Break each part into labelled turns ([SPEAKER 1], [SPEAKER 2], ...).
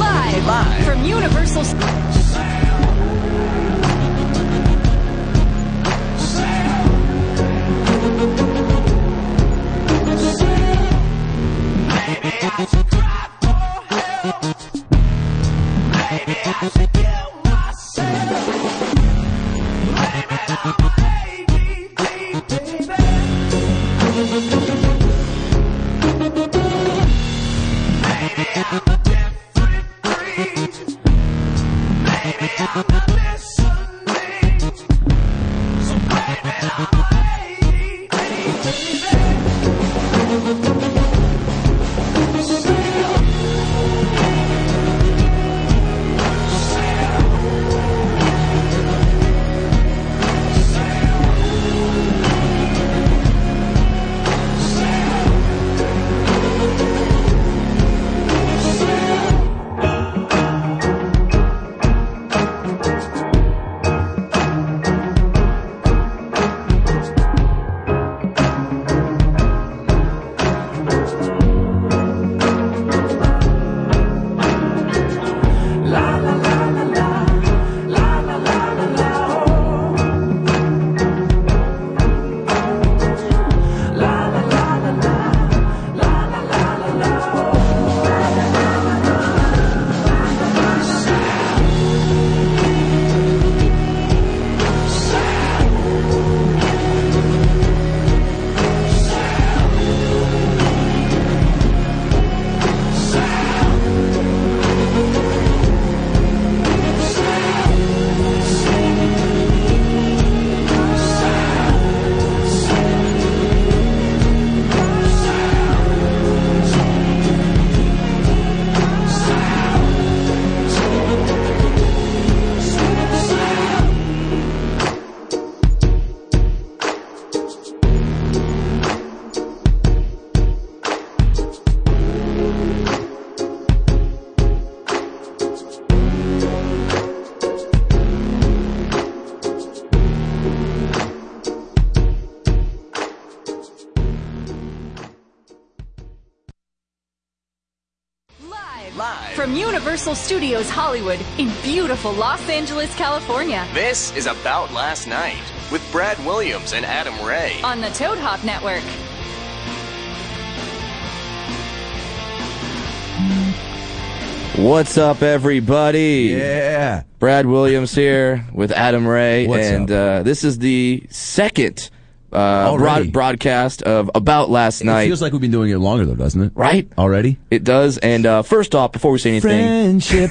[SPEAKER 1] Live
[SPEAKER 2] from Universal. From Universal Studios Hollywood in beautiful Los Angeles, California.
[SPEAKER 1] This is About Last Night with Brad Williams and Adam Ray.
[SPEAKER 2] On the Toad Hop Network.
[SPEAKER 3] What's up, everybody?
[SPEAKER 4] Yeah.
[SPEAKER 3] Brad Williams here with Adam Ray,
[SPEAKER 4] What's
[SPEAKER 3] and Uh, this is the second uh,
[SPEAKER 4] Already.
[SPEAKER 3] broad- broadcast of About Last
[SPEAKER 4] It
[SPEAKER 3] Night.
[SPEAKER 4] feels Oh. like we've been doing it longer though, doesn't it?
[SPEAKER 3] Right?
[SPEAKER 4] Already?
[SPEAKER 3] It does. And uh, first off, before we say anything,
[SPEAKER 4] Friendship.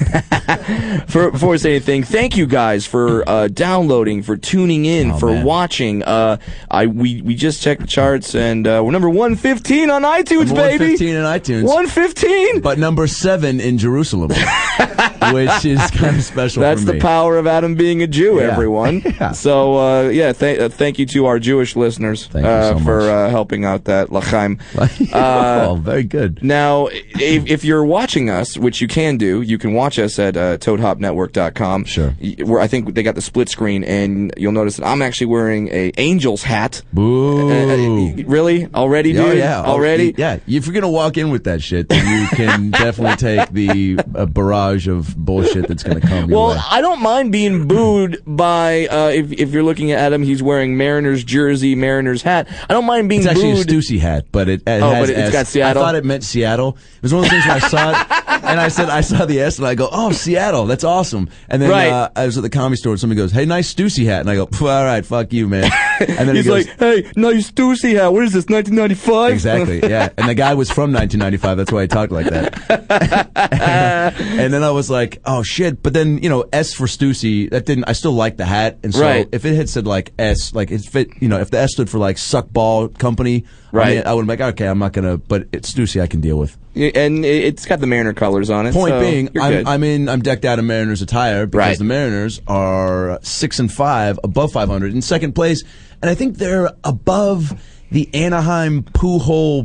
[SPEAKER 3] for, before we say anything, thank you guys for uh, downloading, for tuning in,
[SPEAKER 4] Oh,
[SPEAKER 3] for
[SPEAKER 4] man.
[SPEAKER 3] watching. Uh, I we we just checked the charts, and uh, we're number one fifteen on iTunes,
[SPEAKER 4] Number
[SPEAKER 3] baby.
[SPEAKER 4] 115 in iTunes.
[SPEAKER 3] One fifteen.
[SPEAKER 4] but number seven in Jerusalem, which is kind of special.
[SPEAKER 3] That's
[SPEAKER 4] for
[SPEAKER 3] the
[SPEAKER 4] me.
[SPEAKER 3] power of Adam being a Jew,
[SPEAKER 4] Yeah.
[SPEAKER 3] everyone.
[SPEAKER 4] Yeah.
[SPEAKER 3] So, uh, yeah, th- uh, thank you to our Jewish listeners
[SPEAKER 4] Thank you
[SPEAKER 3] uh,
[SPEAKER 4] so
[SPEAKER 3] for
[SPEAKER 4] much.
[SPEAKER 3] uh, helping out that Lachaim. uh,
[SPEAKER 4] oh, very good.
[SPEAKER 3] Now, if, if you're watching us, which you can do, you can watch us at uh, toadhopnetwork.com.
[SPEAKER 4] Sure.
[SPEAKER 3] Y- Where I think they got the split screen, and you'll notice that I'm actually wearing a Angels hat.
[SPEAKER 4] Boo.
[SPEAKER 3] Uh, uh, really? Already, dude?
[SPEAKER 4] Oh yeah, Oh,
[SPEAKER 3] Already?
[SPEAKER 4] Yeah, if you're gonna walk in with that shit, then you can definitely take the uh, barrage of bullshit that's gonna come. Your
[SPEAKER 3] Well,
[SPEAKER 4] way.
[SPEAKER 3] I don't mind being booed by uh, if if you're looking at him, he's wearing Mariners jersey, Mariners hat. I don't mind being
[SPEAKER 4] It's actually
[SPEAKER 3] booed.
[SPEAKER 4] a Stussy hat, but it, it
[SPEAKER 3] Oh,
[SPEAKER 4] has
[SPEAKER 3] but it's
[SPEAKER 4] S.
[SPEAKER 3] got Seattle?
[SPEAKER 4] I thought it meant Seattle. It was one of those things where I saw it, and I said I saw the S, and I go, "Oh, Seattle, that's awesome." And then
[SPEAKER 3] Right.
[SPEAKER 4] uh, I was at the comedy store, and somebody goes, "Hey, nice Stussy hat," and I go, "Pff, "All right, fuck you, man." And then
[SPEAKER 3] He's
[SPEAKER 4] he goes,
[SPEAKER 3] like, hey, nice Stussy hat. What is this, 1995?
[SPEAKER 4] Exactly. Yeah. And the guy was from 1995. That's why he talked like that. and then I was like, oh shit. But then, you know, S for Stussy, that didn't, I still like the hat. And so
[SPEAKER 3] Right.
[SPEAKER 4] if it had said like S, like it fit, you know, if the S stood for like suck ball company,
[SPEAKER 3] Right.
[SPEAKER 4] I, mean, I would have been like, okay, I'm not going to, but it's Stussy I can deal with.
[SPEAKER 3] Yeah, And it- it's got the Mariner colors on it.
[SPEAKER 4] Point
[SPEAKER 3] so
[SPEAKER 4] being,
[SPEAKER 3] you're
[SPEAKER 4] I'm,
[SPEAKER 3] good.
[SPEAKER 4] I'm in, I'm decked out in Mariners attire because
[SPEAKER 3] Right.
[SPEAKER 4] the Mariners are six and five above 500 in second place, and I think they're above the Anaheim poo hole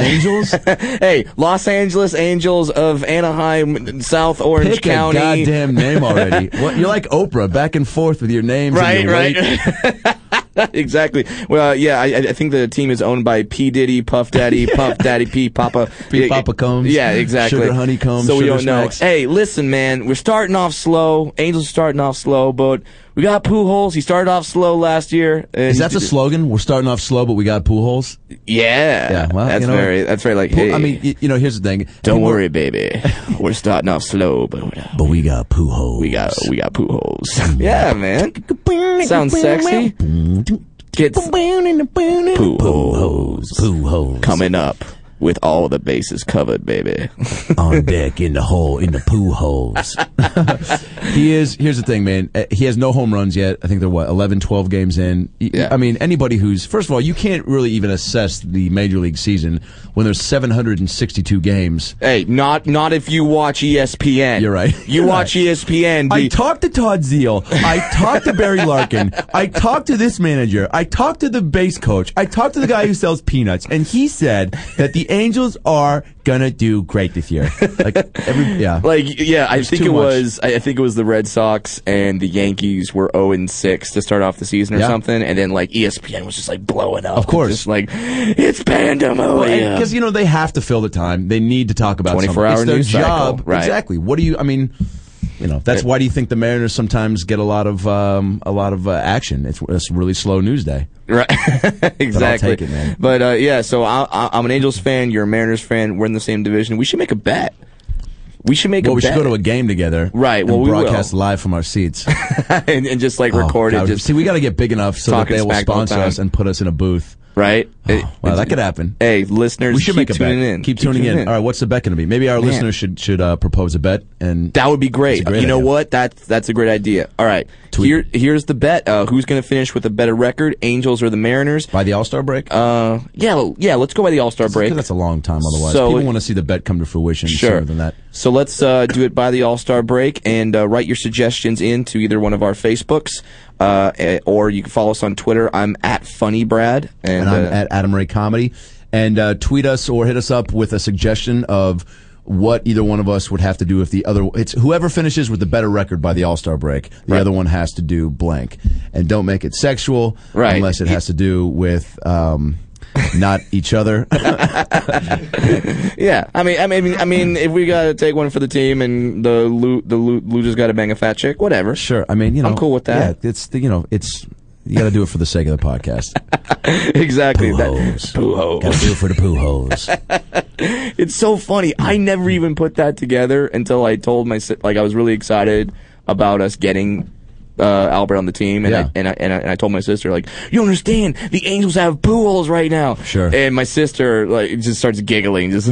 [SPEAKER 4] Angels.
[SPEAKER 3] hey, Los Angeles Angels of Anaheim, South Orange
[SPEAKER 4] Pick
[SPEAKER 3] County.
[SPEAKER 4] a goddamn name already. what, you're like Oprah, back and forth with your names.
[SPEAKER 3] Right,
[SPEAKER 4] and your
[SPEAKER 3] right.
[SPEAKER 4] weight.
[SPEAKER 3] exactly. Well, yeah, I, I think the team is owned by P Diddy, Puff Daddy, Puff Daddy P, Papa,
[SPEAKER 4] P. Papa Combs,
[SPEAKER 3] Yeah, exactly.
[SPEAKER 4] Sugar Honey Combs,
[SPEAKER 3] So we
[SPEAKER 4] Sugar
[SPEAKER 3] don't know.
[SPEAKER 4] Smacks.
[SPEAKER 3] Hey, listen, man, we're starting off slow. Angels are starting off slow, but we got Pujols. He started off slow last year.
[SPEAKER 4] Is that the slogan? We're starting off slow, but we got pool holes.
[SPEAKER 3] Yeah.
[SPEAKER 4] Yeah, well,
[SPEAKER 3] that's
[SPEAKER 4] you know,
[SPEAKER 3] very. That's very like.
[SPEAKER 4] Pool-
[SPEAKER 3] hey,
[SPEAKER 4] I mean, y- you know, here's the thing.
[SPEAKER 3] don't
[SPEAKER 4] People-
[SPEAKER 3] worry, baby. we're starting off slow, but we're not-
[SPEAKER 4] But we got pool holes.
[SPEAKER 3] we got we got Pujols. yeah, man. Sounds sexy. Kids
[SPEAKER 4] Poo holes,
[SPEAKER 3] Pujols
[SPEAKER 4] poo holes,
[SPEAKER 3] coming up with all the bases covered, baby.
[SPEAKER 4] on deck in the hole in the poo holes. he is. Here's the thing, man. Uh, He has no home runs yet. I think they're what 11, 12 games in. Y-
[SPEAKER 3] Yeah.
[SPEAKER 4] I mean, anybody who's first of all, you can't really even assess the major league season when there's 762 games.
[SPEAKER 3] Hey, not not if you watch E ESPN.
[SPEAKER 4] You're right.
[SPEAKER 3] You
[SPEAKER 4] You're
[SPEAKER 3] watch E ESPN.
[SPEAKER 4] I
[SPEAKER 3] the-
[SPEAKER 4] talked to Todd Zeal. I talked to Barry Larkin. I talked to this manager. I talked to the base coach. I talked to the guy who sells peanuts, and he said that the Angels are gonna do great this year. Like every yeah.
[SPEAKER 3] like yeah, I think
[SPEAKER 4] too
[SPEAKER 3] it
[SPEAKER 4] much.
[SPEAKER 3] was I I think it was the Red Sox and the Yankees were 0 and 6 to start off the season or
[SPEAKER 4] Yeah.
[SPEAKER 3] something and then like E ESPN was just like blowing up.
[SPEAKER 4] Of course.
[SPEAKER 3] Just like it's pandemonium.
[SPEAKER 4] Because you know they have to fill the time. They need to talk about
[SPEAKER 3] 24
[SPEAKER 4] something.
[SPEAKER 3] hour
[SPEAKER 4] It's their
[SPEAKER 3] news
[SPEAKER 4] job.
[SPEAKER 3] cycle, right.
[SPEAKER 4] Exactly. What do you? I mean, you know that's why do you think the Mariners sometimes get a lot of um, a lot of uh, action? It's, it's a really slow news day.
[SPEAKER 3] Right. exactly.
[SPEAKER 4] take it, man.
[SPEAKER 3] But, uh, yeah, so I, I, I'm an Angels fan. You're a Mariners fan. We're in the same division. We should make a bet. We should make
[SPEAKER 4] Well,
[SPEAKER 3] a
[SPEAKER 4] we
[SPEAKER 3] bet.
[SPEAKER 4] should go to a game together.
[SPEAKER 3] Right,
[SPEAKER 4] and
[SPEAKER 3] well, we will.
[SPEAKER 4] broadcast live from our seats.
[SPEAKER 3] and, and just like
[SPEAKER 4] Oh,
[SPEAKER 3] record
[SPEAKER 4] God.
[SPEAKER 3] it. Just
[SPEAKER 4] See, we got to get big enough so that
[SPEAKER 3] Talking
[SPEAKER 4] they will
[SPEAKER 3] smack the whole
[SPEAKER 4] sponsor
[SPEAKER 3] time.
[SPEAKER 4] us and put us in a booth.
[SPEAKER 3] right. It-
[SPEAKER 4] Oh, Wow, that
[SPEAKER 3] it's-
[SPEAKER 4] could happen.
[SPEAKER 3] Hey, listeners,
[SPEAKER 4] We should
[SPEAKER 3] keep
[SPEAKER 4] make a bet.
[SPEAKER 3] tuning in.
[SPEAKER 4] Keep, tuning in. All right, what's the bet going to be? Maybe our listeners should should uh, propose a bet and
[SPEAKER 3] That would be great.
[SPEAKER 4] That's a great
[SPEAKER 3] you know
[SPEAKER 4] idea.
[SPEAKER 3] what? That's that's a great idea. All right.
[SPEAKER 4] Tweet
[SPEAKER 3] Here
[SPEAKER 4] it.
[SPEAKER 3] here's the bet. Uh, who's going to finish with a better record? Angels or the Mariners?
[SPEAKER 4] by the All Star break.
[SPEAKER 3] Uh, yeah, l- yeah. Let's go by the All Star break.
[SPEAKER 4] That's a long time. Otherwise,
[SPEAKER 3] So-
[SPEAKER 4] people want to see the bet come to fruition
[SPEAKER 3] Sure.
[SPEAKER 4] sooner than that.
[SPEAKER 3] So let's uh, do it by the All Star break and uh, write your suggestions in to either one of our Facebooks uh, eh, or you can follow us on Twitter. I'm at Funny Brad and,
[SPEAKER 4] and I'm
[SPEAKER 3] uh,
[SPEAKER 4] at Adam Ray Comedy. And uh, tweet us or hit us up with a suggestion of what either one of us would have to do if the other. It's whoever finishes with the better record by the All Star break. The
[SPEAKER 3] Right.
[SPEAKER 4] other one has to do blank, and don't make it sexual
[SPEAKER 3] Right.
[SPEAKER 4] unless it has to do with. Um, not each other.
[SPEAKER 3] yeah. I mean, I mean, I mean, if we gotta take one for the team and the lo- the lo- loser's gotta bang a fat chick, whatever.
[SPEAKER 4] sure, I mean you know.
[SPEAKER 3] I'm cool with that.
[SPEAKER 4] Yeah, it's the, you know it's you got to do it for the sake of the podcast.
[SPEAKER 3] exactly.
[SPEAKER 4] Poo
[SPEAKER 3] That-
[SPEAKER 4] holes.
[SPEAKER 3] Poo holes.
[SPEAKER 4] Got to do it for the poo holes.
[SPEAKER 3] It's so funny. I never even put that together until I told my si- like I was really excited about us getting uh, Albert on the team, and,
[SPEAKER 4] Yeah.
[SPEAKER 3] I, and, I, and I and I told my sister like, you understand, the Angels have poo holes right now.
[SPEAKER 4] Sure.
[SPEAKER 3] And my sister like just starts giggling, just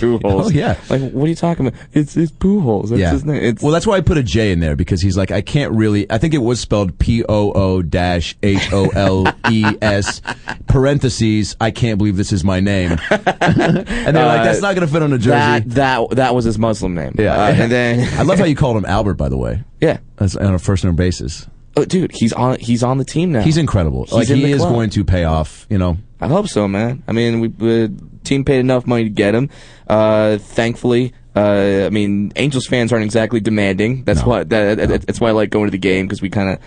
[SPEAKER 3] poo holes.
[SPEAKER 4] Oh, yeah.
[SPEAKER 3] Like what are you talking about? It's it's poo holes. That's
[SPEAKER 4] Yeah.
[SPEAKER 3] his name. It's,
[SPEAKER 4] well, that's why I put a J in there because he's like, I can't really. I think it was spelled P O O dash H O L E S parentheses. I can't believe this is my name. and they're like, that's not going to fit on a jersey.
[SPEAKER 3] Uh, that that that was his Muslim name.
[SPEAKER 4] yeah.
[SPEAKER 3] Uh, and then
[SPEAKER 4] I love how you called him Albert, by the way.
[SPEAKER 3] yeah.
[SPEAKER 4] That's on a first name basis.
[SPEAKER 3] Oh, dude, he's on he's on the team now.
[SPEAKER 4] He's incredible. like
[SPEAKER 3] in
[SPEAKER 4] he
[SPEAKER 3] the
[SPEAKER 4] is
[SPEAKER 3] club.
[SPEAKER 4] going to pay off. You know,
[SPEAKER 3] I hope so, man. I mean, we the team paid enough money to get him. Uh, thankfully, uh, I mean, Angels fans aren't exactly demanding. That's
[SPEAKER 4] No.
[SPEAKER 3] why that, that- that's why I like going to the game because we kind of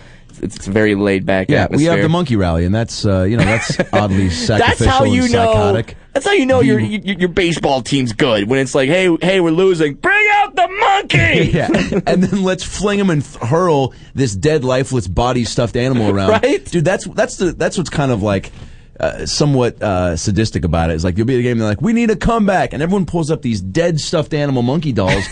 [SPEAKER 3] it's, it's a very laid back.
[SPEAKER 4] yeah, we
[SPEAKER 3] atmosphere.
[SPEAKER 4] have the monkey rally, and that's uh, you know that's oddly
[SPEAKER 3] That's
[SPEAKER 4] sacrificial
[SPEAKER 3] how you
[SPEAKER 4] and
[SPEAKER 3] know.
[SPEAKER 4] psychotic.
[SPEAKER 3] That's how you know your,
[SPEAKER 4] The-
[SPEAKER 3] your your baseball team's good when it's like, hey, hey, we're losing. Bring out the monkey.
[SPEAKER 4] Yeah, and then let's fling him and th- hurl this dead, lifeless body stuffed animal around.
[SPEAKER 3] Right?
[SPEAKER 4] dude. That's that's the that's what's kind of like. Uh, somewhat uh, sadistic about it. It's like you'll be at a game and they're like, "We need a comeback," and everyone pulls up these dead stuffed animal monkey dolls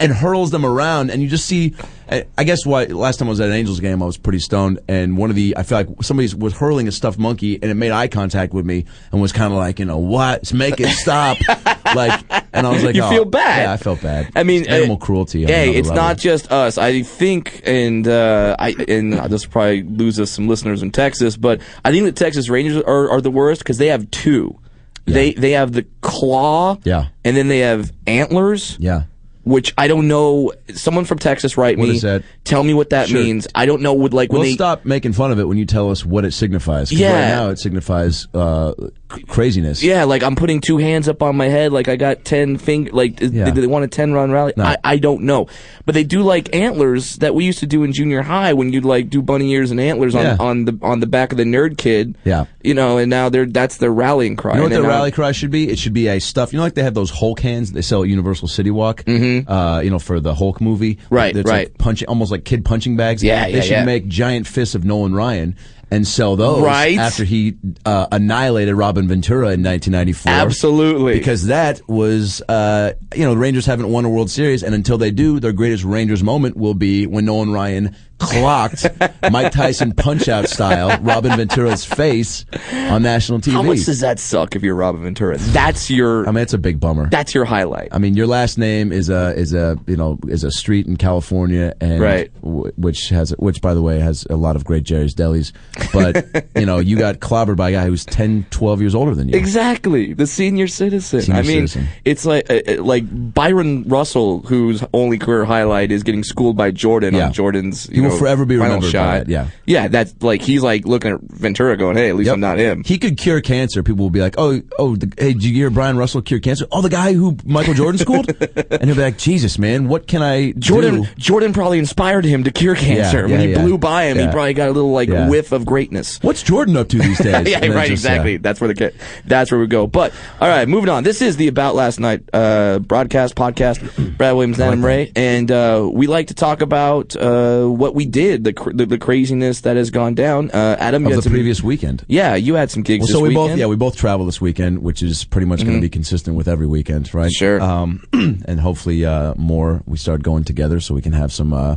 [SPEAKER 4] and hurls them around, and you just see. I I guess why last time I was at an Angels game, I was pretty stoned, and one of the I feel like somebody was hurling a stuffed monkey, and it made eye contact with me, and was kind of like, you know, what? Make it stop! like, and I was like,
[SPEAKER 3] you
[SPEAKER 4] "Oh."
[SPEAKER 3] feel bad.
[SPEAKER 4] Yeah, I felt bad.
[SPEAKER 3] I mean,
[SPEAKER 4] It's animal
[SPEAKER 3] uh,
[SPEAKER 4] cruelty. on
[SPEAKER 3] Hey,
[SPEAKER 4] another
[SPEAKER 3] it's
[SPEAKER 4] level.
[SPEAKER 3] not just us. I think, and uh, I and this will probably lose us some listeners in Texas, but I think the Texas Rangers are, are the worst because they have two. They they have the claw,
[SPEAKER 4] Yeah.
[SPEAKER 3] and then they have antlers,
[SPEAKER 4] Yeah.
[SPEAKER 3] which I don't know. Someone from Texas write
[SPEAKER 4] What
[SPEAKER 3] me.
[SPEAKER 4] is that?
[SPEAKER 3] Tell me what that
[SPEAKER 4] Sure.
[SPEAKER 3] means. I don't know. Would like when
[SPEAKER 4] We'll
[SPEAKER 3] they
[SPEAKER 4] stop making fun of it when you tell us what it signifies. 'cause
[SPEAKER 3] Yeah.
[SPEAKER 4] Right now it signifies uh, c- craziness.
[SPEAKER 3] Yeah, like I'm putting two hands up on my head, like I got ten finger. Like, did
[SPEAKER 4] Yeah.
[SPEAKER 3] do they want a ten run rally? I, I don't know, but they do like antlers that we used to do in junior high when you'd like do bunny ears and antlers on,
[SPEAKER 4] Yeah.
[SPEAKER 3] on the on the back of the nerd kid.
[SPEAKER 4] Yeah.
[SPEAKER 3] you know, and now they're that's their rallying cry.
[SPEAKER 4] You know what
[SPEAKER 3] And
[SPEAKER 4] the
[SPEAKER 3] then
[SPEAKER 4] rally
[SPEAKER 3] I'm-
[SPEAKER 4] cry should be? It should be a stuff. You know, like they have those Hulk hands that they sell at Universal City Walk. Mm-hmm. Uh, you know, for the Hulk movie,
[SPEAKER 3] Right,
[SPEAKER 4] It's
[SPEAKER 3] right.
[SPEAKER 4] Like punching, almost like kid punching bags.
[SPEAKER 3] Yeah,
[SPEAKER 4] They
[SPEAKER 3] yeah,
[SPEAKER 4] should
[SPEAKER 3] yeah.
[SPEAKER 4] make giant fists of Nolan Ryan and sell those.
[SPEAKER 3] Right.
[SPEAKER 4] after he uh, annihilated Robin Ventura in 1994.
[SPEAKER 3] Absolutely.
[SPEAKER 4] because that was, uh, you know, the Rangers haven't won a World Series, and until they do, their greatest Rangers moment will be when Nolan Ryan clocked Mike Tyson punch out style Robin Ventura's face on national TV.
[SPEAKER 3] how much does that suck if you're Robin Ventura? That's your
[SPEAKER 4] I mean, it's a big bummer.
[SPEAKER 3] that's your highlight.
[SPEAKER 4] I mean, your last name is a is a you know is a street in California, and
[SPEAKER 3] Right.
[SPEAKER 4] w- which has which by the way has a lot of great Jerry's delis, but you know you got clobbered by a guy who's 10, 12 years older than you.
[SPEAKER 3] Exactly, the senior citizen.
[SPEAKER 4] Senior
[SPEAKER 3] I mean,
[SPEAKER 4] citizen.
[SPEAKER 3] it's like uh, uh, like Byron Russell, whose only career highlight is getting schooled by Jordan
[SPEAKER 4] Yeah.
[SPEAKER 3] on Jordan's. You
[SPEAKER 4] He will
[SPEAKER 3] know,
[SPEAKER 4] forever be
[SPEAKER 3] final
[SPEAKER 4] remembered by
[SPEAKER 3] shot.
[SPEAKER 4] that, yeah.
[SPEAKER 3] yeah, that's like he's like looking at Ventura, going, "Hey, at least
[SPEAKER 4] Yep.
[SPEAKER 3] I'm not him."
[SPEAKER 4] He could cure cancer. People will be like, "Oh, oh, the, hey, did you hear Brian Russell cure cancer? Oh, the guy who Michael Jordan schooled." and he'll be like, "Jesus, man, what can I
[SPEAKER 3] Jordan
[SPEAKER 4] do?"
[SPEAKER 3] Jordan probably inspired him to cure cancer.
[SPEAKER 4] yeah,
[SPEAKER 3] when he
[SPEAKER 4] yeah.
[SPEAKER 3] blew by him,
[SPEAKER 4] Yeah.
[SPEAKER 3] he probably got a little like
[SPEAKER 4] Yeah.
[SPEAKER 3] whiff of greatness.
[SPEAKER 4] What's Jordan up to these days?
[SPEAKER 3] yeah,
[SPEAKER 4] And then
[SPEAKER 3] right.
[SPEAKER 4] just, uh,
[SPEAKER 3] exactly. That's where the ca- that's where we go. But all right, moving on. This is the About Last Night uh, broadcast podcast. Brad Williams, Adam Ray, and uh, we like to talk about uh, what we did, the, cr- the the craziness that has gone down. Uh, Adam, you
[SPEAKER 4] of
[SPEAKER 3] had
[SPEAKER 4] the
[SPEAKER 3] some-
[SPEAKER 4] previous weekend.
[SPEAKER 3] yeah, you had some gigs.
[SPEAKER 4] Well,
[SPEAKER 3] this
[SPEAKER 4] so we
[SPEAKER 3] weekend. Mm-hmm.
[SPEAKER 4] both yeah we both travel this weekend, which is pretty much going to be consistent with every weekend, right?
[SPEAKER 3] Sure.
[SPEAKER 4] Um, and hopefully uh, more we start going together so we can have some uh,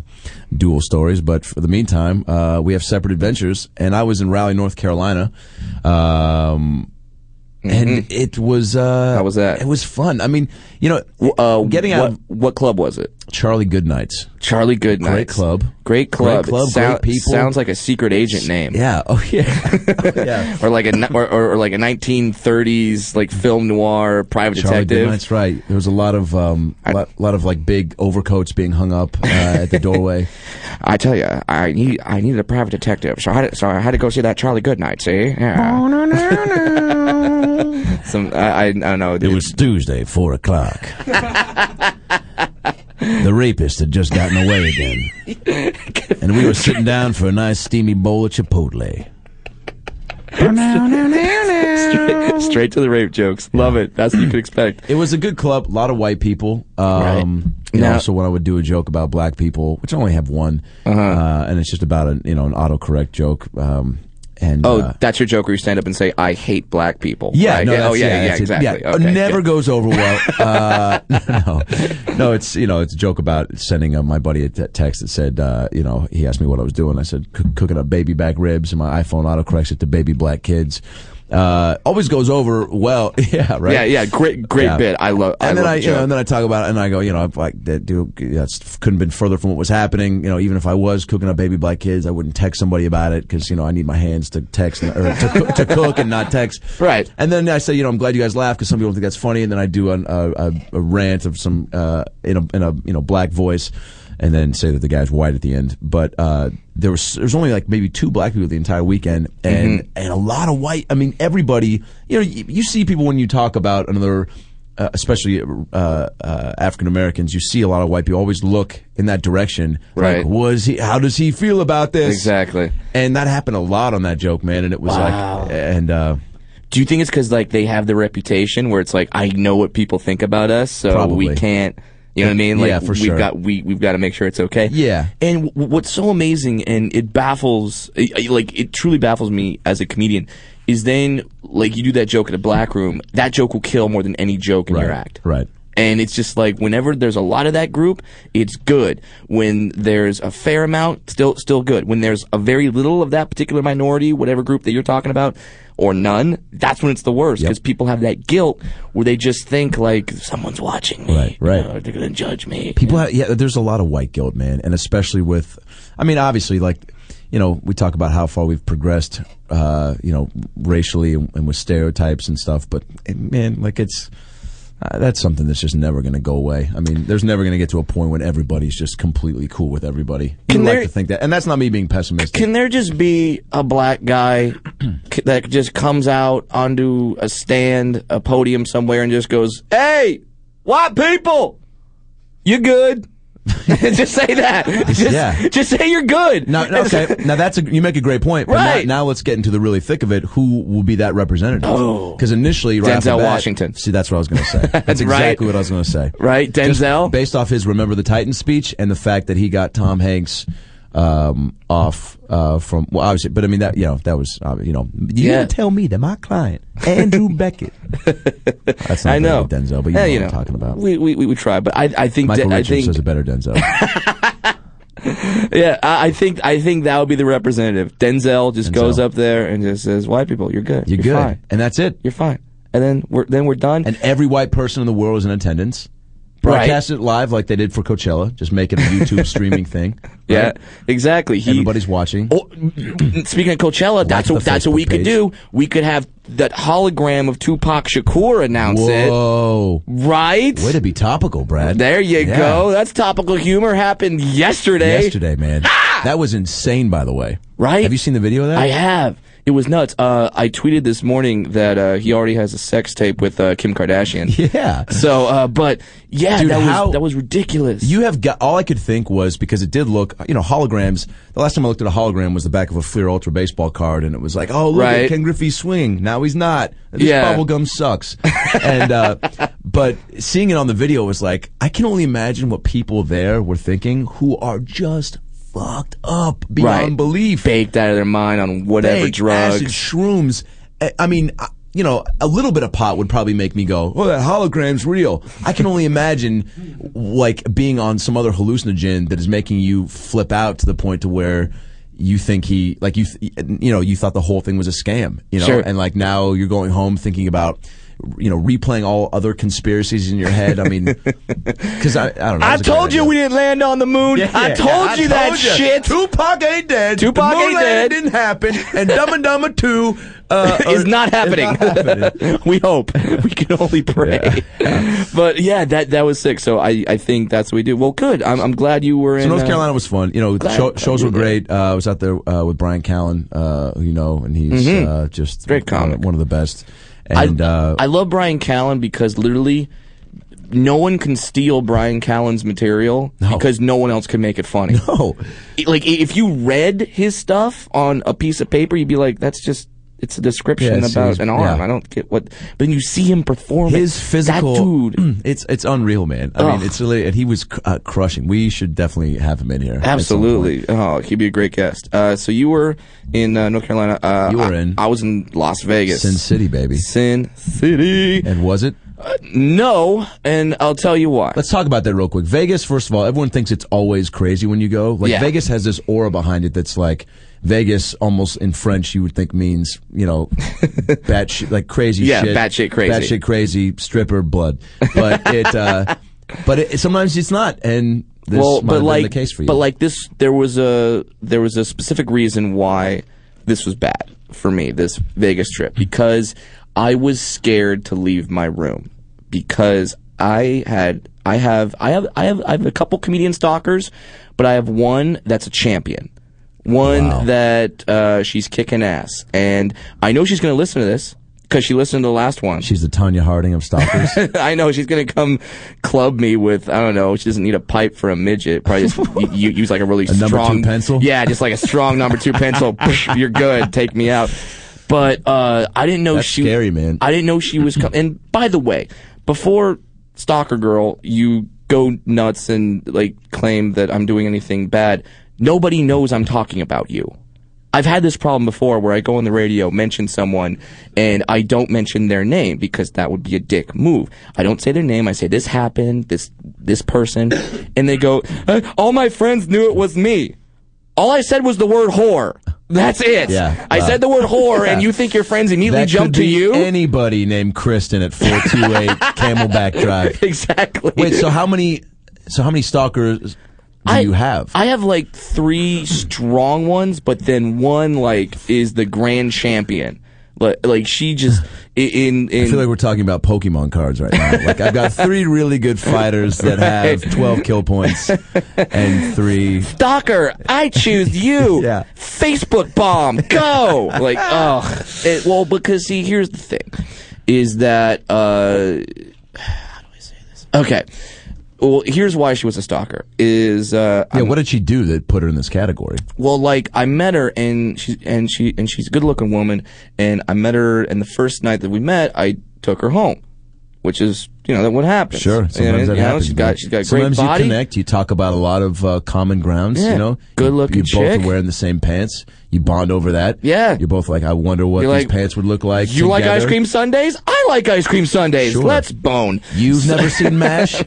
[SPEAKER 4] dual stories. But for the meantime, uh, we have separate adventures, and I was in Raleigh, North Carolina. Um, And it was uh,
[SPEAKER 3] Mm-hmm. How was that?
[SPEAKER 4] It was fun. I mean, you know,
[SPEAKER 3] Uh,
[SPEAKER 4] getting out
[SPEAKER 3] what,
[SPEAKER 4] of
[SPEAKER 3] what club was it?
[SPEAKER 4] Charlie Goodnight's.
[SPEAKER 3] Charlie Goodnight.
[SPEAKER 4] Great club.
[SPEAKER 3] Great club.
[SPEAKER 4] Great club,
[SPEAKER 3] It sound-
[SPEAKER 4] great people.
[SPEAKER 3] Sounds like a secret agent name.
[SPEAKER 4] Yeah. Oh yeah. Oh, yeah.
[SPEAKER 3] Or like a ni- or, or, or like a 1930s like film noir private
[SPEAKER 4] Charlie
[SPEAKER 3] detective.
[SPEAKER 4] Goodnight's right. There was a lot of um, lot, lot of like big overcoats being hung up uh, at the doorway.
[SPEAKER 3] I tell you, I need I needed a private detective, so I had, so I had to go see that Charlie Goodnight. See, yeah. Some I, I I don't know.
[SPEAKER 4] It
[SPEAKER 3] dude.
[SPEAKER 4] was Tuesday, four o'clock. the rapist had just gotten away again. And we were sitting down for a nice steamy bowl of Chipotle.
[SPEAKER 3] straight, straight to the rape jokes. Love it. That's what you could expect.
[SPEAKER 4] It was a good club, a lot of white people. Um, you know,
[SPEAKER 3] Now-
[SPEAKER 4] also, when I would do a joke about black people, which I only have one, uh and it's just about an you know an autocorrect joke. Um, and
[SPEAKER 3] Oh,
[SPEAKER 4] uh,
[SPEAKER 3] that's your joke where you stand up and say, "I hate black people."
[SPEAKER 4] Yeah,
[SPEAKER 3] Right?
[SPEAKER 4] no,
[SPEAKER 3] oh
[SPEAKER 4] that's-
[SPEAKER 3] yeah, yeah,
[SPEAKER 4] that's it.
[SPEAKER 3] exactly.
[SPEAKER 4] Yeah,
[SPEAKER 3] Okay,
[SPEAKER 4] never
[SPEAKER 3] good.
[SPEAKER 4] goes over well. Uh, no, no, it's you know, it's a joke about sending uh, my buddy a te- text that said, uh, you know, he asked me what I was doing. I said "Cook- cooking up baby back ribs, and my iPhone autocorrects it to baby black kids. Uh, always goes over well. Yeah, right.
[SPEAKER 3] Yeah, yeah, great, great
[SPEAKER 4] Yeah.
[SPEAKER 3] bit. I love. I
[SPEAKER 4] And then
[SPEAKER 3] love
[SPEAKER 4] I,
[SPEAKER 3] the
[SPEAKER 4] you know,
[SPEAKER 3] joke.
[SPEAKER 4] and then I talk about it, and I go, you know, I'm like that dude, that's couldn't been further from what was happening. You know, even if I was cooking up baby black kids, I wouldn't text somebody about it because you know I need my hands to text and, or to, cook- to cook and not text.
[SPEAKER 3] Right.
[SPEAKER 4] And then I say, you know, I'm glad you guys laugh because some people think that's funny, and then I do an, a, a, a rant of some uh, in a in a you know black voice, and then say that the guy's white at the end. But uh, there was there's only like maybe two black people the entire weekend, and and a lot of white. I mean, everybody. You know, you, you see people when you talk about another. Uh, especially uh, uh, African Americans, you see a lot of white people always look in that direction.
[SPEAKER 3] Right.
[SPEAKER 4] Like, was he? How does he feel about this?
[SPEAKER 3] Exactly.
[SPEAKER 4] And that happened a lot on that joke, man. And it was like, and uh,
[SPEAKER 3] Do you think it's because like they have the reputation where it's like I know what people think about us, so
[SPEAKER 4] Probably.
[SPEAKER 3] we can't. You know what I mean? Like
[SPEAKER 4] Yeah, for
[SPEAKER 3] we've
[SPEAKER 4] sure.
[SPEAKER 3] got we we've got to make sure it's okay.
[SPEAKER 4] Yeah.
[SPEAKER 3] And w- what's so amazing and it baffles I- I- like it truly baffles me as a comedian is then like you do that joke at a black room, that joke will kill more than any joke in your
[SPEAKER 4] Right,
[SPEAKER 3] act.
[SPEAKER 4] right.
[SPEAKER 3] And it's just like whenever there's a lot of that group, it's good. When there's a fair amount, still still good. When there's a very little of that particular minority, whatever group that you're talking about, or none, that's when it's the worst because people have that guilt where they just think like someone's watching me,
[SPEAKER 4] Right,
[SPEAKER 3] you
[SPEAKER 4] right.
[SPEAKER 3] know, they're gonna judge me.
[SPEAKER 4] People, have, yeah, there's a lot of white guilt, man, and especially with, I mean, obviously, like, you know, we talk about how far we've progressed, uh, you know, racially and, and with stereotypes and stuff, but eh, man, like, it's uh, that's something that's just never going to go away. I mean, there's never going to get to a point when everybody's just completely cool with everybody. You
[SPEAKER 3] Can
[SPEAKER 4] like
[SPEAKER 3] there-
[SPEAKER 4] to think that, and that's not me being pessimistic.
[SPEAKER 3] Can there just be a black guy c- that just comes out onto a stand, a podium somewhere, and just goes, "Hey, white people, you good?" just say that. Just,
[SPEAKER 4] Yeah.
[SPEAKER 3] just say you're good.
[SPEAKER 4] Now,
[SPEAKER 3] And
[SPEAKER 4] okay,
[SPEAKER 3] s-
[SPEAKER 4] now that's a, you make a great point. But
[SPEAKER 3] Right.
[SPEAKER 4] now, now let's get into the really thick of it. Who will be that representative? Because initially, right off the
[SPEAKER 3] Oh. Denzel
[SPEAKER 4] bat-
[SPEAKER 3] Washington.
[SPEAKER 4] See, that's what I was going to say. That's
[SPEAKER 3] Right.
[SPEAKER 4] exactly what I was going to say.
[SPEAKER 3] Right,
[SPEAKER 4] Just
[SPEAKER 3] Denzel?
[SPEAKER 4] based off his "Remember the Titans" speech and the fact that he got Tom Hanks um, off uh, from well, obviously, but I mean that you know that was uh, you know you
[SPEAKER 3] Yeah.
[SPEAKER 4] didn't tell me that my client Andrew Beckett. that's not
[SPEAKER 3] I know
[SPEAKER 4] really Denzel, but you
[SPEAKER 3] Yeah,
[SPEAKER 4] know, what I'm talking about.
[SPEAKER 3] We we we, we try, but I I think
[SPEAKER 4] Michael
[SPEAKER 3] that, I
[SPEAKER 4] Richards
[SPEAKER 3] think
[SPEAKER 4] is a better Denzel.
[SPEAKER 3] yeah I, I think I think that would be the representative. Denzel just
[SPEAKER 4] Denzel.
[SPEAKER 3] goes up there and just says, "White people, you're good.
[SPEAKER 4] You're, good,
[SPEAKER 3] Fine.
[SPEAKER 4] and that's it.
[SPEAKER 3] You're fine." And then we're then we're done.
[SPEAKER 4] and every white person in the world is in attendance.
[SPEAKER 3] Right.
[SPEAKER 4] Broadcast it live like they did for Coachella, just make it a YouTube streaming thing.
[SPEAKER 3] yeah,
[SPEAKER 4] right?
[SPEAKER 3] exactly. He,
[SPEAKER 4] everybody's watching.
[SPEAKER 3] Oh, speaking of Coachella, that's
[SPEAKER 4] the
[SPEAKER 3] what that's what
[SPEAKER 4] Facebook
[SPEAKER 3] we could
[SPEAKER 4] page.
[SPEAKER 3] do. We could have that hologram of Tupac Shakur announce it,
[SPEAKER 4] Whoa,
[SPEAKER 3] right?
[SPEAKER 4] way to be topical, Brad.
[SPEAKER 3] there you
[SPEAKER 4] Yeah.
[SPEAKER 3] go. That's topical humor. Happened yesterday.
[SPEAKER 4] Yesterday, man, that was insane. By the way,
[SPEAKER 3] Right?
[SPEAKER 4] Have you seen the video of that?
[SPEAKER 3] I have. It was nuts. Uh, I tweeted this morning that uh, he already has a sex tape with uh, Kim Kardashian.
[SPEAKER 4] yeah.
[SPEAKER 3] So, uh, but yeah,
[SPEAKER 4] Dude,
[SPEAKER 3] that
[SPEAKER 4] how-
[SPEAKER 3] was that was ridiculous.
[SPEAKER 4] You have got all I could think was because it did look, you know, holograms. The last time I looked at a hologram was the back of a Fleer Ultra baseball card, and it was like, oh, look
[SPEAKER 3] Right.
[SPEAKER 4] at Ken Griffey swing. Now he's not. This
[SPEAKER 3] Yeah.
[SPEAKER 4] bubblegum sucks. and uh, but seeing it on the video was like, I can only imagine what people there were thinking, who are just fucked up beyond
[SPEAKER 3] Right.
[SPEAKER 4] belief.
[SPEAKER 3] baked out of their mind on whatever
[SPEAKER 4] Hey,
[SPEAKER 3] drugs.
[SPEAKER 4] acid, shrooms. I- I mean, I- you know, a little bit of pot would probably make me go, "Oh, that hologram's real." I can only imagine, like being on some other hallucinogen that is making you flip out to the point to where you think he, like you, th- you know, you thought the whole thing was a scam, you know,
[SPEAKER 3] Sure.
[SPEAKER 4] and like now you're going home thinking about. You know, replaying all other conspiracies in your head. I mean, because I, I don't know.
[SPEAKER 3] I
[SPEAKER 4] That was a great
[SPEAKER 3] told you
[SPEAKER 4] idea.
[SPEAKER 3] we didn't land on the moon.
[SPEAKER 4] Yeah,
[SPEAKER 3] I
[SPEAKER 4] yeah,
[SPEAKER 3] told
[SPEAKER 4] I
[SPEAKER 3] you that
[SPEAKER 4] told ya.
[SPEAKER 3] shit.
[SPEAKER 4] Tupac ain't dead.
[SPEAKER 3] Tupac
[SPEAKER 4] the moon
[SPEAKER 3] ain't
[SPEAKER 4] landing
[SPEAKER 3] dead.
[SPEAKER 4] Didn't happen. And Dumb and Dumber Two uh,
[SPEAKER 3] is
[SPEAKER 4] are-
[SPEAKER 3] not happening.
[SPEAKER 4] not happening.
[SPEAKER 3] we hope. We can only pray. but yeah, that that was sick. So I, I think that's what we do. Well, good. I'm, I'm glad you were
[SPEAKER 4] So
[SPEAKER 3] in
[SPEAKER 4] North
[SPEAKER 3] uh,
[SPEAKER 4] Carolina was fun. You know, the
[SPEAKER 3] Glad-
[SPEAKER 4] show,
[SPEAKER 3] glad
[SPEAKER 4] shows
[SPEAKER 3] you
[SPEAKER 4] were
[SPEAKER 3] were there.
[SPEAKER 4] great. Uh, I was out there uh, with Brian Callen, uh, who you know, and he's uh, just
[SPEAKER 3] Great comic.
[SPEAKER 4] one of the best.
[SPEAKER 3] I,
[SPEAKER 4] And uh,
[SPEAKER 3] I love Brian Callen because literally no one can steal Brian Callen's material because no one else can make it funny.
[SPEAKER 4] oh,
[SPEAKER 3] It- Like i- if you read his stuff on a piece of paper, you'd be like, that's just. It's a description
[SPEAKER 4] Yeah, it's-
[SPEAKER 3] about
[SPEAKER 4] it's-
[SPEAKER 3] an arm.
[SPEAKER 4] yeah.
[SPEAKER 3] I don't get what. But then you see him perform. it.
[SPEAKER 4] his physical Mm.
[SPEAKER 3] That dude.
[SPEAKER 4] it's it's unreal, man. I
[SPEAKER 3] Ugh.
[SPEAKER 4] mean, it's really, and he was cr- uh, crushing. We should definitely have him in here. at some point.
[SPEAKER 3] Absolutely. Oh, he'd be a great guest. Uh, so you were in uh, North Carolina. Uh,
[SPEAKER 4] You were
[SPEAKER 3] I,
[SPEAKER 4] in-
[SPEAKER 3] I was in Las Vegas.
[SPEAKER 4] Sin City, baby.
[SPEAKER 3] Sin City.
[SPEAKER 4] And was it?
[SPEAKER 3] No, and I'll tell you why.
[SPEAKER 4] Let's talk about that real quick. Vegas, first of all, everyone thinks it's always crazy when you go. Like
[SPEAKER 3] Yeah.
[SPEAKER 4] Vegas has this aura behind it that's like Vegas, almost in French, you would think means you know, bat shit, like crazy
[SPEAKER 3] Yeah,
[SPEAKER 4] shit,
[SPEAKER 3] batshit crazy.
[SPEAKER 4] batshit crazy, stripper blood. But it, uh, but it, sometimes it's not, and this
[SPEAKER 3] well,
[SPEAKER 4] might
[SPEAKER 3] but
[SPEAKER 4] have
[SPEAKER 3] like,
[SPEAKER 4] been the case for you.
[SPEAKER 3] but like this, there was a there was a specific reason why this was bad for me. This Vegas trip because I was scared to leave my room because I had I have I have I have I have a couple comedian stalkers, but I have one that's a champion. One that uh, she's kicking ass, and I know she's going to listen to this because she listened to the last one.
[SPEAKER 4] she's the Tanya Harding of stalkers.
[SPEAKER 3] I know she's gonna come club me with I don't know. She doesn't need a pipe for a midget. Probably just y- you, use like a really
[SPEAKER 4] number two
[SPEAKER 3] strong
[SPEAKER 4] pencil?
[SPEAKER 3] Yeah, just like a strong number two pencil. Psh, You're good. Take me out. But uh, I didn't know
[SPEAKER 4] That's
[SPEAKER 3] she.
[SPEAKER 4] scary, man.
[SPEAKER 3] I didn't know she was coming. And by the way, before Stalker Girl, you go nuts and like claim that I'm doing anything bad. Nobody knows I'm talking about you. I've had this problem before where I go on the radio, mention someone, and I don't mention their name because that would be a dick move. I don't say their name. I say this happened, this this person, and they go, "Uh, "All my friends knew it was me." All I said was the word whore. That's it.
[SPEAKER 4] Yeah,
[SPEAKER 3] I
[SPEAKER 4] wow.
[SPEAKER 3] said the word whore, and you think your friends immediately
[SPEAKER 4] that
[SPEAKER 3] jump
[SPEAKER 4] could
[SPEAKER 3] to
[SPEAKER 4] be
[SPEAKER 3] you?
[SPEAKER 4] anybody named Kristen at four two eight Camelback Drive.
[SPEAKER 3] exactly.
[SPEAKER 4] Wait, so how many? So how many stalkers do
[SPEAKER 3] I,
[SPEAKER 4] you have?
[SPEAKER 3] I have like three strong ones, but then one like is the grand champion. Like, like she just i- in in
[SPEAKER 4] I feel like we're talking about Pokemon cards right now. Like I've got three really good fighters that have
[SPEAKER 3] Right.
[SPEAKER 4] 12 kill points and three.
[SPEAKER 3] Docker, I choose you.
[SPEAKER 4] Yeah.
[SPEAKER 3] Facebook bomb, go. like, oh, It- well, because see, here's the thing, is that uh, how do I say this? Okay, well, here's why she was a stalker. Is uh,
[SPEAKER 4] Yeah,
[SPEAKER 3] I'm-
[SPEAKER 4] what did she do that put her in this category?
[SPEAKER 3] well, like I met her and she and she and she's a good looking woman, and I met her and the first night that we met, I took her home, which is you know that what happens.
[SPEAKER 4] Sure,
[SPEAKER 3] you know,
[SPEAKER 4] sometimes that
[SPEAKER 3] you know,
[SPEAKER 4] happens.
[SPEAKER 3] She's
[SPEAKER 4] man.
[SPEAKER 3] got she's got a
[SPEAKER 4] sometimes
[SPEAKER 3] great body.
[SPEAKER 4] you connect. You talk about a lot of uh, common grounds.
[SPEAKER 3] Yeah.
[SPEAKER 4] You know,
[SPEAKER 3] Good-looking
[SPEAKER 4] You, you both
[SPEAKER 3] chick.
[SPEAKER 4] are wearing the same pants. You bond over that.
[SPEAKER 3] Yeah.
[SPEAKER 4] you're both like, I wonder what
[SPEAKER 3] You're
[SPEAKER 4] these
[SPEAKER 3] like,
[SPEAKER 4] pants would look like.
[SPEAKER 3] You like
[SPEAKER 4] together."
[SPEAKER 3] ice cream sundaes? I like ice cream sundaes.
[SPEAKER 4] Sure.
[SPEAKER 3] Let's bone.
[SPEAKER 4] You've never seen Mash?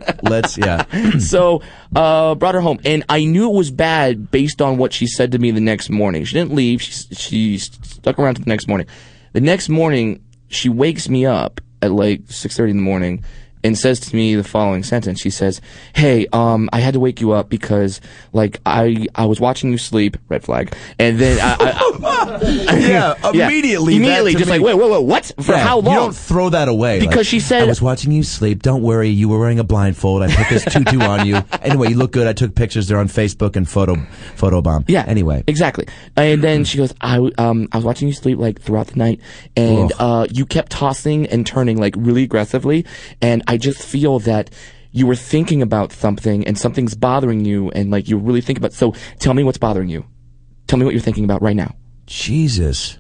[SPEAKER 4] Let's yeah.
[SPEAKER 3] so, uh, brought her home, and I knew it was bad based on what she said to me the next morning. She didn't leave. She she stuck around to the next morning. The next morning, she wakes me up at like six thirty in the morning. And says to me the following sentence. She says, "Hey, um, I had to wake you up because, like, I I was watching you sleep. Red flag. And then I, I,
[SPEAKER 4] yeah,
[SPEAKER 3] yeah.
[SPEAKER 4] immediately. that
[SPEAKER 3] immediately,
[SPEAKER 4] to
[SPEAKER 3] just
[SPEAKER 4] me-
[SPEAKER 3] like, wait, wait, wait, what? For
[SPEAKER 4] Yeah,
[SPEAKER 3] how long?
[SPEAKER 4] You don't throw that away.
[SPEAKER 3] Because she said-
[SPEAKER 4] I was watching you sleep. Don't worry. You were wearing a blindfold. I put this tutu on you. Anyway, you look good. I took pictures. They're on Facebook and photo, photobomb.
[SPEAKER 3] Yeah.
[SPEAKER 4] Anyway.
[SPEAKER 3] Exactly. And then she goes, I, w- um, I was watching you sleep like throughout the night and,
[SPEAKER 4] Ugh.
[SPEAKER 3] uh, you kept tossing and turning like really aggressively. And I just feel that you were thinking about something and something's bothering you and like you really think about, so tell me what's bothering you. Tell me what you're thinking about right now.
[SPEAKER 4] Jesus.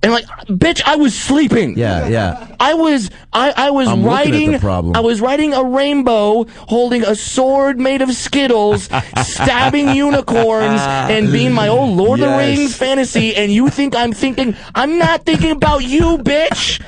[SPEAKER 3] And like, bitch, I was sleeping.
[SPEAKER 4] Yeah. Yeah.
[SPEAKER 3] I was I, I was
[SPEAKER 4] I'm looking at
[SPEAKER 3] riding
[SPEAKER 4] the problem.
[SPEAKER 3] I was riding a rainbow holding a sword made of skittles stabbing unicorns and being my old Lord of the
[SPEAKER 4] Yes.
[SPEAKER 3] Rings fantasy and you think I'm thinking I'm not thinking about you bitch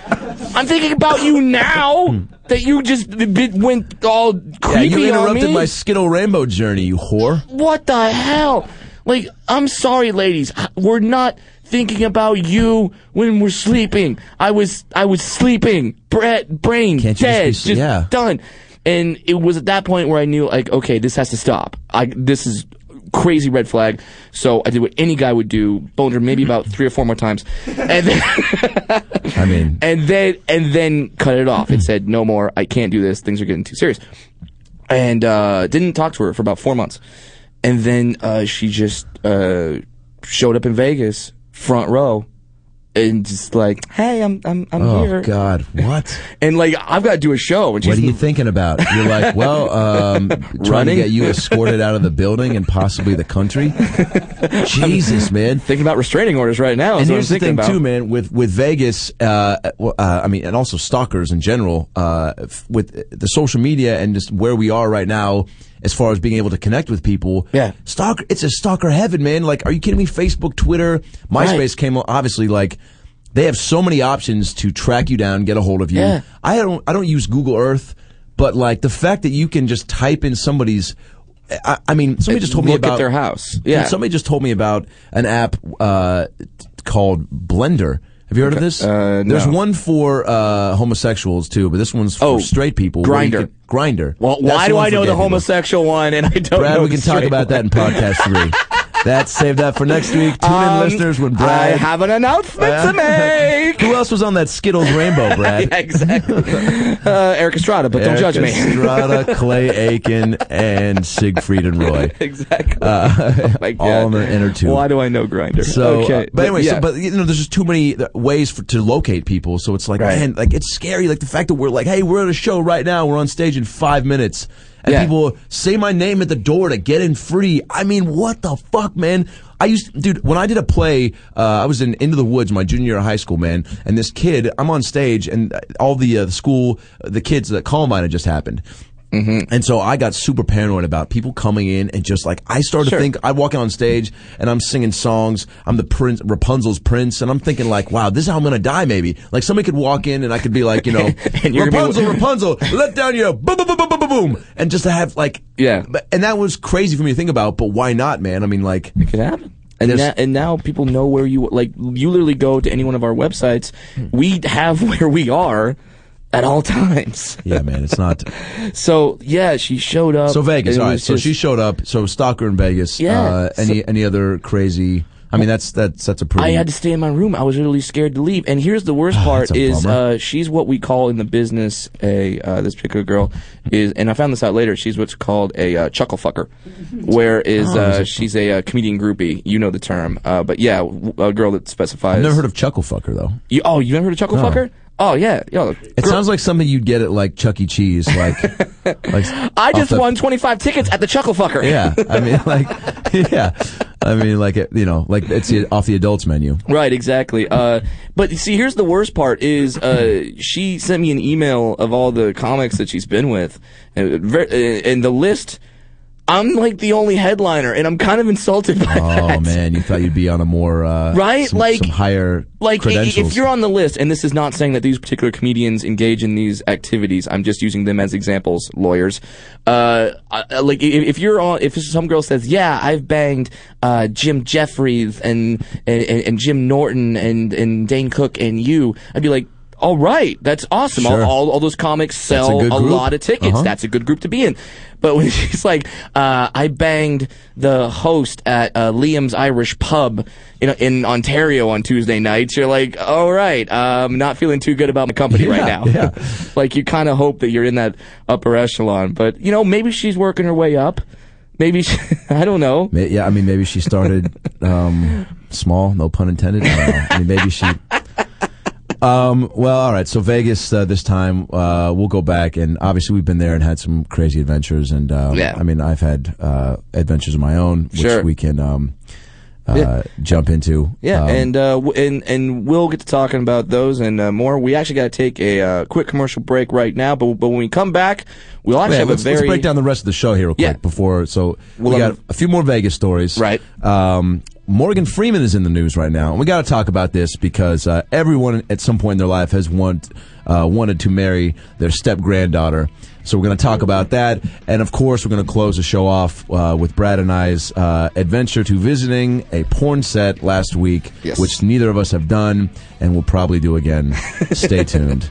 [SPEAKER 3] I'm thinking about you now that you just b- b- went all
[SPEAKER 4] Yeah,
[SPEAKER 3] creepy
[SPEAKER 4] you
[SPEAKER 3] on
[SPEAKER 4] interrupted
[SPEAKER 3] me
[SPEAKER 4] my Skittle Rainbow journey, you whore.
[SPEAKER 3] what the hell? Like, I'm sorry, ladies. We're not thinking about you when we're sleeping. I was, I was sleeping. Brett, brain,
[SPEAKER 4] Can't you just
[SPEAKER 3] dead,
[SPEAKER 4] be s- yeah.
[SPEAKER 3] done. And it was at that point where I knew, like, okay, this has to stop. I, this is crazy red flag. So I did what any guy would do, boned her maybe about three or four more times, and then,
[SPEAKER 4] I mean,
[SPEAKER 3] and then, and then cut it off. It said, no more. I can't do this. Things are getting too serious and uh, didn't talk to her for about four months. And then uh, she just uh, showed up in Vegas, front row, and just like, "Hey, I'm I'm I'm
[SPEAKER 4] oh
[SPEAKER 3] here."
[SPEAKER 4] God, what?
[SPEAKER 3] And like, I've got to do a show, and she's
[SPEAKER 4] What are you thinking about? You're like, well, um, trying to
[SPEAKER 3] Running?
[SPEAKER 4] get you escorted out of the building and possibly the country. Jesus, man.
[SPEAKER 3] thinking about restraining orders right now. is
[SPEAKER 4] And
[SPEAKER 3] what I'm
[SPEAKER 4] here's the
[SPEAKER 3] thinking
[SPEAKER 4] thing
[SPEAKER 3] about.
[SPEAKER 4] too, man. With with Vegas, uh, well, uh, I mean, and also stalkers in general. Uh, f- with the social media and just where we are right now, as far as being able to connect with people.
[SPEAKER 3] Yeah.
[SPEAKER 4] stalker. It's a stalker heaven, man. Like, are you kidding me? Facebook, Twitter, MySpace
[SPEAKER 3] Right.
[SPEAKER 4] came o- obviously like. They have so many options to track you down, get a hold of you.
[SPEAKER 3] Yeah.
[SPEAKER 4] I don't. I don't use Google Earth, but like the fact that you can just type in somebody's. I, I mean, somebody just told me
[SPEAKER 3] Look at
[SPEAKER 4] about
[SPEAKER 3] their house. Yeah.
[SPEAKER 4] Somebody just told me about an app uh, called Blender. Have you heard of this?
[SPEAKER 3] Uh,
[SPEAKER 4] There's
[SPEAKER 3] no.
[SPEAKER 4] one for uh, homosexuals too, but this one's for
[SPEAKER 3] Oh,
[SPEAKER 4] straight people.
[SPEAKER 3] Grindr.
[SPEAKER 4] Grinder.
[SPEAKER 3] Well, why do I know the homosexual one and I don't?
[SPEAKER 4] Brad,
[SPEAKER 3] know
[SPEAKER 4] we can
[SPEAKER 3] the
[SPEAKER 4] talk
[SPEAKER 3] straight
[SPEAKER 4] about that in podcast three. That's save that for next week. Tune
[SPEAKER 3] one?
[SPEAKER 4] in, listeners, when
[SPEAKER 3] Um, I
[SPEAKER 4] Brad.
[SPEAKER 3] have an announcement to make.
[SPEAKER 4] Who else was on that Skittles Rainbow, Brad?
[SPEAKER 3] yeah, exactly. Uh, Eric Estrada, but don't judge me.
[SPEAKER 4] Eric Estrada, Clay Aiken, and Siegfried and Roy.
[SPEAKER 3] exactly. oh my God.
[SPEAKER 4] Uh, all in the inner tube.
[SPEAKER 3] Why do I know Grinder?
[SPEAKER 4] So,
[SPEAKER 3] okay,
[SPEAKER 4] uh, but anyway,
[SPEAKER 3] yeah.
[SPEAKER 4] so, but you know, there's just too many uh, ways for, to locate people. So it's like,
[SPEAKER 3] Right.
[SPEAKER 4] man, like it's scary. Like the fact that we're like, hey, we're at a show right now. We're on stage in five minutes, and
[SPEAKER 3] Yeah.
[SPEAKER 4] people say my name at the door to get in free. I mean, what the fuck, man? I used, dude, when I did a play, uh, I was in Into the Woods, my junior year of high school, man. And this kid, I'm on stage, and uh, all the uh, the school, the kids that Columbine had just happened.
[SPEAKER 3] Mm-hmm.
[SPEAKER 4] And so I got super paranoid about people coming in and just like I started to think I walk out on stage and I'm singing songs. I'm the prince, Rapunzel's prince, and I'm thinking like, wow, this is how I'm gonna die. Maybe like somebody could walk in and I could be like, you know,
[SPEAKER 3] And you're gonna be-
[SPEAKER 4] Rapunzel, Rapunzel, let down your boom, boom, boom, boom, boom, boom, boom, and just to have like,
[SPEAKER 3] Yeah.
[SPEAKER 4] But- And that was crazy for me to think about, but why not, man? I mean, like,
[SPEAKER 3] it could happen. And,
[SPEAKER 4] There's-
[SPEAKER 3] now, and now people know where you like. You literally go to any one of our websites. We have where we are at all times.
[SPEAKER 4] yeah, man, it's not.
[SPEAKER 3] So yeah, she showed up.
[SPEAKER 4] So
[SPEAKER 3] and
[SPEAKER 4] Vegas,
[SPEAKER 3] it
[SPEAKER 4] all right.
[SPEAKER 3] was
[SPEAKER 4] So
[SPEAKER 3] just-
[SPEAKER 4] she showed up. So stalker in Vegas.
[SPEAKER 3] Yeah,
[SPEAKER 4] Uh, any any other crazy I mean, that's that's that's a pretty.
[SPEAKER 3] I had to stay in my room. I was really scared to leave. And here's the worst part:
[SPEAKER 4] that's a
[SPEAKER 3] is
[SPEAKER 4] bummer.
[SPEAKER 3] uh, she's what we call in the business a uh, this particular girl is, and I found this out later. She's what's called a uh, chuckle fucker, where is
[SPEAKER 4] Oh.
[SPEAKER 3] uh, she's a uh, comedian groupie. You know the term, uh, but yeah, w- a girl that specifies.
[SPEAKER 4] I've never heard of chuckle fucker though.
[SPEAKER 3] You, oh, you never heard of chuckle fucker? Oh yeah, yo.
[SPEAKER 4] It sounds like something you'd get at like Chuck E. Cheese, like, like
[SPEAKER 3] I
[SPEAKER 4] off
[SPEAKER 3] just
[SPEAKER 4] the-
[SPEAKER 3] won 25 tickets at the chuckle fucker.
[SPEAKER 4] Yeah, I mean, like, yeah, I mean, like, it, you know, like it's the- off the adults menu.
[SPEAKER 3] Right, exactly. Uh, but you see, here's the worst part: is uh, she sent me an email of all the comics that she's been with, and, ver- uh, and the list. I'm like the only headliner, and I'm kind of insulted by that.
[SPEAKER 4] Oh man, you thought you'd be on a more uh,
[SPEAKER 3] Right?
[SPEAKER 4] some-
[SPEAKER 3] Like-
[SPEAKER 4] some higher
[SPEAKER 3] Like, i- i-
[SPEAKER 4] credentials.
[SPEAKER 3] if you're on the list, and this is not saying that these particular comedians engage in these activities, I'm just using them as examples, lawyers. Uh, I- I- like, i- if you're on, if some girl says, yeah, I've banged, uh, Jim Jeffries and, and, and and Jim Norton and, and Dane Cook and you, I'd be like, all right, that's awesome. All,
[SPEAKER 4] Sure.
[SPEAKER 3] all, all those comics sell
[SPEAKER 4] good
[SPEAKER 3] a,
[SPEAKER 4] group.
[SPEAKER 3] lot of tickets.
[SPEAKER 4] Uh-huh.
[SPEAKER 3] That's a good group to be in. But when she's like, uh, I banged the host at uh, Liam's Irish Pub in, in Ontario on Tuesday nights, you're like, all right, I'm not feeling too good about my company right now.
[SPEAKER 4] Yeah, yeah.
[SPEAKER 3] like you kind of hope that you're in that upper echelon. But, you know, maybe she's working her way up. Maybe, she, I don't know.
[SPEAKER 4] Ma- yeah, I mean, maybe she started um, small, no pun intended. I, don't know. I mean, maybe she. Um, well, all right. So Vegas uh, this time, uh, we'll go back, and obviously we've been there and had some crazy adventures, and um,
[SPEAKER 3] Yeah.
[SPEAKER 4] I mean, I've had uh, adventures of my own, which
[SPEAKER 3] Sure.
[SPEAKER 4] we can um, uh,
[SPEAKER 3] Yeah.
[SPEAKER 4] jump into.
[SPEAKER 3] Yeah,
[SPEAKER 4] Um,
[SPEAKER 3] and uh, w- and and we'll get to talking about those and uh, more. We actually got to take a uh, quick commercial break right now, but but when we come back, we'll actually
[SPEAKER 4] Yeah,
[SPEAKER 3] have
[SPEAKER 4] let's,
[SPEAKER 3] a very
[SPEAKER 4] let's break down the rest of the show here real quick
[SPEAKER 3] Yeah.
[SPEAKER 4] before. So
[SPEAKER 3] We'll
[SPEAKER 4] we
[SPEAKER 3] have
[SPEAKER 4] got a few more Vegas stories,
[SPEAKER 3] Right.
[SPEAKER 4] Um, Morgan Freeman is in the news right now, and we got to talk about this because uh, everyone at some point in their life has want, uh, wanted to marry their step granddaughter. So we're going to talk about that, and of course, we're going to close the show off uh, with Brad and I's uh, adventure to visiting a porn set last week,
[SPEAKER 3] Yes.
[SPEAKER 4] which neither of us have done, and will probably do again. Stay tuned.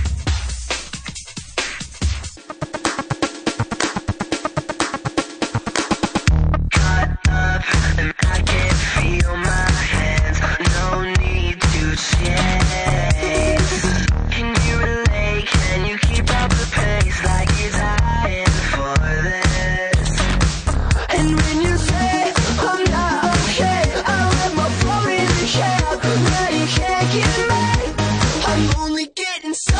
[SPEAKER 5] Feel my hands, no need to chase. Can you relate? Can you keep up the pace like he's dying for this? And when you say I'm not okay, oh, I let my phone in the cab, now you can't get me. I'm only getting so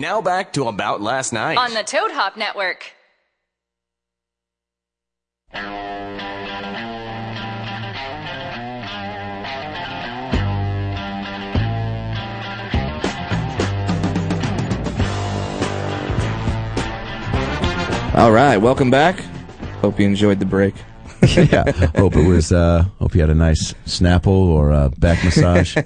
[SPEAKER 1] Now back to About Last Night.
[SPEAKER 2] on the Toad Hop Network.
[SPEAKER 3] All right, welcome back. Hope you enjoyed the break.
[SPEAKER 4] yeah. Hope it was. Uh, hope you had a nice Snapple or uh, back massage.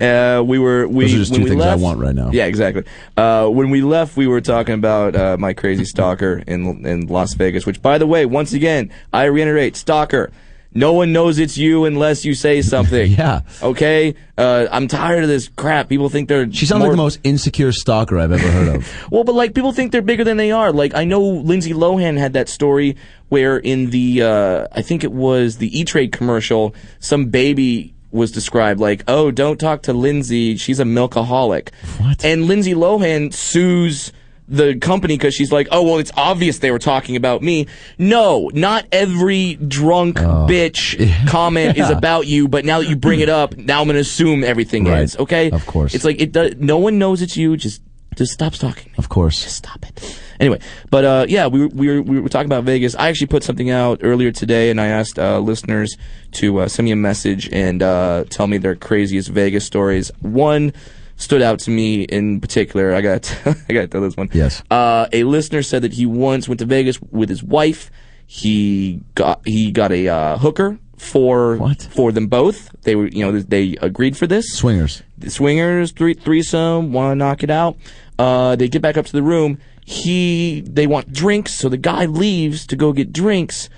[SPEAKER 3] Uh, we were we
[SPEAKER 4] Those are just
[SPEAKER 3] when
[SPEAKER 4] two
[SPEAKER 3] we
[SPEAKER 4] things I
[SPEAKER 3] left-
[SPEAKER 4] want right now.
[SPEAKER 3] Yeah, exactly. Uh, when we left, we were talking about uh, my crazy stalker in in Las Vegas. Which, by the way, once again, I reiterate, stalker. No one knows it's you unless you say something.
[SPEAKER 4] Yeah.
[SPEAKER 3] Okay. Uh, I'm tired of this crap. People think they're.
[SPEAKER 4] She sounds like
[SPEAKER 3] more-
[SPEAKER 4] the most insecure stalker I've ever heard of.
[SPEAKER 3] Well, but like people think they're bigger than they are. Like I know Lindsay Lohan had that story where in the uh, I think it was the E Trade commercial, some baby was described like, "Oh, don't talk to Lindsay. She's a milkaholic."
[SPEAKER 4] What?
[SPEAKER 3] And Lindsay Lohan sues the company because she's like, "Oh, well, it's obvious they were talking about me." No, not every drunk
[SPEAKER 4] Oh.
[SPEAKER 3] bitch comment is about you. But now that you bring it up, now I'm going to assume everything
[SPEAKER 4] Right.
[SPEAKER 3] is okay.
[SPEAKER 4] Of course.
[SPEAKER 3] it's like it. Does, no one knows it's you. Just just stop stalking me
[SPEAKER 4] Of course.
[SPEAKER 3] stop it. Anyway, but uh, yeah, we were, we, were, we were talking about Vegas. I actually put something out earlier today, and I asked uh, listeners to uh, send me a message and uh, tell me their craziest Vegas stories. One stood out to me in particular. I got I got to tell this one.
[SPEAKER 4] Yes.
[SPEAKER 3] Uh, a listener said that he once went to Vegas with his wife. He got he got a uh, hooker for
[SPEAKER 4] What?
[SPEAKER 3] for them both. They were you know they agreed for this
[SPEAKER 4] Swingers.
[SPEAKER 3] the swingers three threesome want to knock it out uh, they get back up to the room he they want drinks so the guy leaves to go get drinks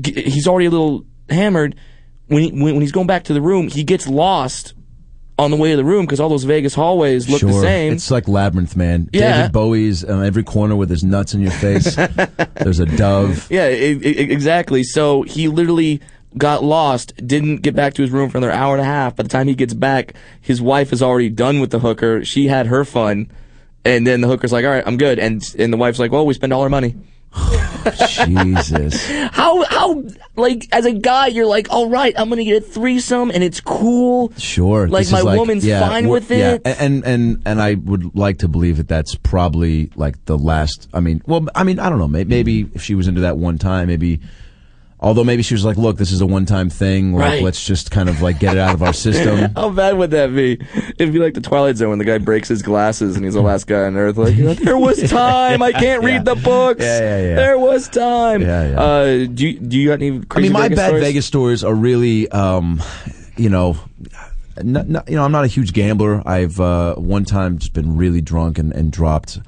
[SPEAKER 3] G- he's already a little hammered when, he, when when he's going back to the room he gets lost on the way to the room because all those vegas hallways look
[SPEAKER 4] sure.
[SPEAKER 3] the same
[SPEAKER 4] It's like Labyrinth, man.
[SPEAKER 3] Yeah.
[SPEAKER 4] David Bowie's um, every corner with his nuts in your face. There's a dove.
[SPEAKER 3] Yeah, e- e- exactly. So he literally got lost, didn't get back to his room for another hour and a half. By the time he gets back, his wife is already done with the hooker. She had her fun, and then the hooker's like, "All right, I'm good." And and the wife's like, "Well, we spent all our money."
[SPEAKER 4] Jesus.
[SPEAKER 3] How how like as a guy, you're like, "All right, I'm gonna get a threesome, and it's cool."
[SPEAKER 4] Sure.
[SPEAKER 3] Like
[SPEAKER 4] this
[SPEAKER 3] my
[SPEAKER 4] is like,
[SPEAKER 3] woman's
[SPEAKER 4] yeah,
[SPEAKER 3] fine
[SPEAKER 4] we're-
[SPEAKER 3] with it.
[SPEAKER 4] Yeah. a- And and and I would like to believe that that's probably like the last. I mean, well, I mean, I don't know. May- Maybe if she was into that one time, maybe. Although maybe she was like, "Look, this is a one-time thing. Like,
[SPEAKER 3] Right.
[SPEAKER 4] let's just kind of like get it out of our system."
[SPEAKER 3] How bad would that be? It'd be like the Twilight Zone when the guy breaks his glasses and he's the last guy on earth. Like, there was time. I can't read the books.
[SPEAKER 4] Yeah, yeah, yeah.
[SPEAKER 3] There was time.
[SPEAKER 4] Yeah, yeah.
[SPEAKER 3] Uh, do you, do you got any
[SPEAKER 4] I
[SPEAKER 3] crazy
[SPEAKER 4] mean, my
[SPEAKER 3] Vegas
[SPEAKER 4] bad
[SPEAKER 3] stories?
[SPEAKER 4] Vegas stories are really, um, you know, not, not, you know, I'm not a huge gambler. I've uh, one time just been really drunk and, and dropped,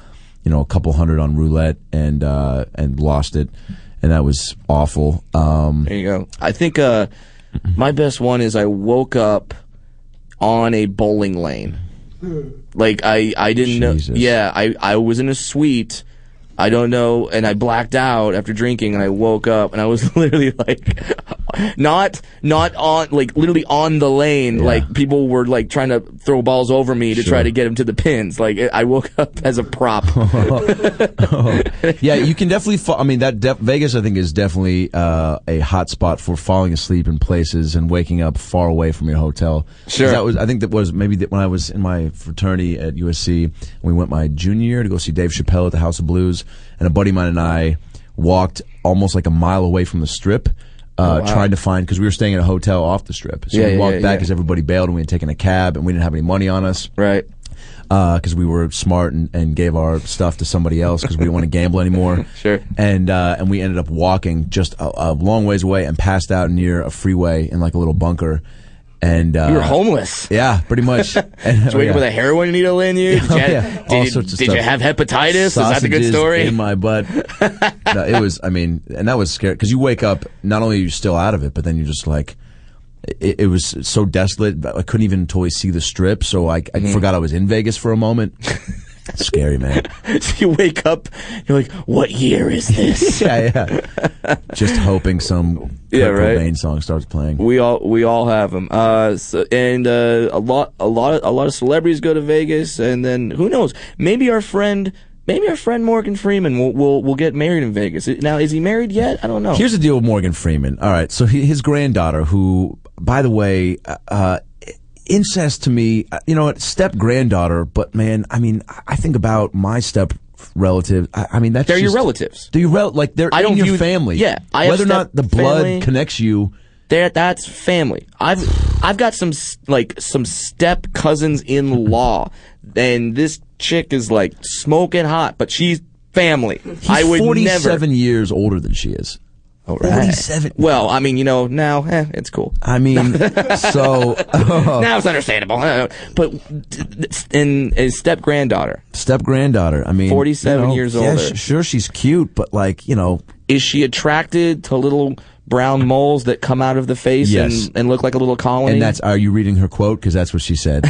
[SPEAKER 4] you know, a couple hundred on roulette and uh, and lost it, and that was awful. Um,
[SPEAKER 3] There you go. I think uh, my best one is I woke up on a bowling lane. Like I, I didn't know.
[SPEAKER 4] Jesus.
[SPEAKER 3] Yeah, I, I was in a suite. I don't know, and I blacked out after drinking, and I woke up, and I was literally like, not not on like literally on the lane. Like people were like trying to throw balls over me to try to get him to the pins. Like I woke up as a prop.
[SPEAKER 4] yeah, you can definitely. Fa- I mean, that def- Vegas, I think, is definitely uh, a hot spot for falling asleep in places and waking up far away from your hotel. 'Cause
[SPEAKER 3] Sure.
[SPEAKER 4] that was. I think that was maybe that when I was in my fraternity at USC. We went my junior year to go see Dave Chappelle at the House of Blues, and a buddy of mine and I walked almost like a mile away from the Strip. Uh, Trying to find because we were staying at a hotel off the strip, so
[SPEAKER 3] Oh, Yeah,
[SPEAKER 4] we
[SPEAKER 3] yeah,
[SPEAKER 4] walked
[SPEAKER 3] yeah,
[SPEAKER 4] back
[SPEAKER 3] yeah.
[SPEAKER 4] as everybody bailed, and we had taken a cab, and we didn't have any money on us
[SPEAKER 3] right.
[SPEAKER 4] because uh, we were smart and, and gave our stuff to somebody else because we didn't want to gamble anymore.
[SPEAKER 3] Sure.
[SPEAKER 4] And uh, and we ended up walking just a, a long ways away and passed out near a freeway in like a little bunker. And uh,
[SPEAKER 3] You were homeless.
[SPEAKER 4] Yeah, pretty much. Oh, And,
[SPEAKER 3] Did you wake up with a heroin needle in you? Did you,
[SPEAKER 4] Oh,
[SPEAKER 3] have,
[SPEAKER 4] yeah.
[SPEAKER 3] did
[SPEAKER 4] All
[SPEAKER 3] you-
[SPEAKER 4] sorts of
[SPEAKER 3] did
[SPEAKER 4] stuff.
[SPEAKER 3] you have hepatitis? Is that the good
[SPEAKER 4] Sausages
[SPEAKER 3] story?
[SPEAKER 4] in my butt? no, it was. I mean, and that was scary because you wake up. Not only are you still out of it, but then you're just like, it, it was so desolate. but I couldn't even totally see the strip, so I, I
[SPEAKER 3] Mm-hmm.
[SPEAKER 4] forgot I was in Vegas for a moment. scary man.
[SPEAKER 3] so you wake up, you're like, what year is this?
[SPEAKER 4] yeah, yeah. Just hoping some
[SPEAKER 3] Yeah,
[SPEAKER 4] Kurt
[SPEAKER 3] right.
[SPEAKER 4] Cobain song starts playing.
[SPEAKER 3] We all we all have them, uh, so, and uh, a lot a lot of, a lot of celebrities go to Vegas, and then who knows? Maybe our friend, maybe our friend Morgan Freeman will will, will get married in Vegas. Now, is he married yet? I don't know.
[SPEAKER 4] Here's the deal with Morgan Freeman. All right, so he, his granddaughter, who, by the way, uh, incest to me, uh, you know what, step granddaughter, but man, I mean, I- I think about my step relative. I, I mean, that's
[SPEAKER 3] They're your
[SPEAKER 4] just-
[SPEAKER 3] relatives.
[SPEAKER 4] They're your rel- like they're
[SPEAKER 3] I
[SPEAKER 4] in
[SPEAKER 3] don't
[SPEAKER 4] your
[SPEAKER 3] view-
[SPEAKER 4] family.
[SPEAKER 3] yeah, I have
[SPEAKER 4] whether or not
[SPEAKER 3] step
[SPEAKER 4] the blood
[SPEAKER 3] family.
[SPEAKER 4] connects you.
[SPEAKER 3] That that's family. I've I've got some s- like some step cousins in law, and this chick is like smoking hot, but she's family. I would never.
[SPEAKER 4] Forty-seven years older than she is.
[SPEAKER 3] All right.
[SPEAKER 4] 47.
[SPEAKER 3] Well, I mean, you know, now eh, it's cool.
[SPEAKER 4] I mean, so oh,
[SPEAKER 3] now it's understandable. Eh, But and his step granddaughter
[SPEAKER 4] step granddaughter. I mean,
[SPEAKER 3] 47
[SPEAKER 4] you know,
[SPEAKER 3] years
[SPEAKER 4] yeah,
[SPEAKER 3] older.
[SPEAKER 4] sh- sure, she's cute, but like you know,
[SPEAKER 3] is she attracted to little brown moles that come out of the face
[SPEAKER 4] Yes.
[SPEAKER 3] and, and look like a little colony?
[SPEAKER 4] and that's are you reading her quote? Because that's what she said.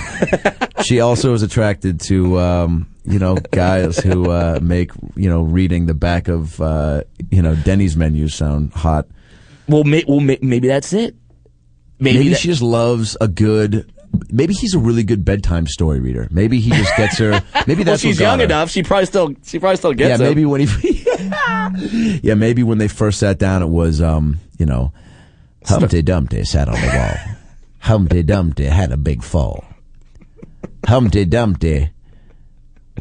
[SPEAKER 4] she also is attracted to um, you know guys who uh, make you know reading the back of uh, you know Denny's menus sound hot.
[SPEAKER 3] well, may, well may, maybe that's it. Maybe,
[SPEAKER 4] Maybe
[SPEAKER 3] that-
[SPEAKER 4] she just loves a good. Maybe he's a really good bedtime story reader. Maybe he just gets her. Maybe
[SPEAKER 3] Well,
[SPEAKER 4] that's
[SPEAKER 3] she's
[SPEAKER 4] what got
[SPEAKER 3] young
[SPEAKER 4] her.
[SPEAKER 3] enough. She probably still she probably still
[SPEAKER 4] Yeah,
[SPEAKER 3] gets it.
[SPEAKER 4] maybe when he. yeah, maybe when they first sat down, it was um, you know, Humpty Dumpty sat on the wall. Humpty Dumpty had a big fall. Humpty Dumpty.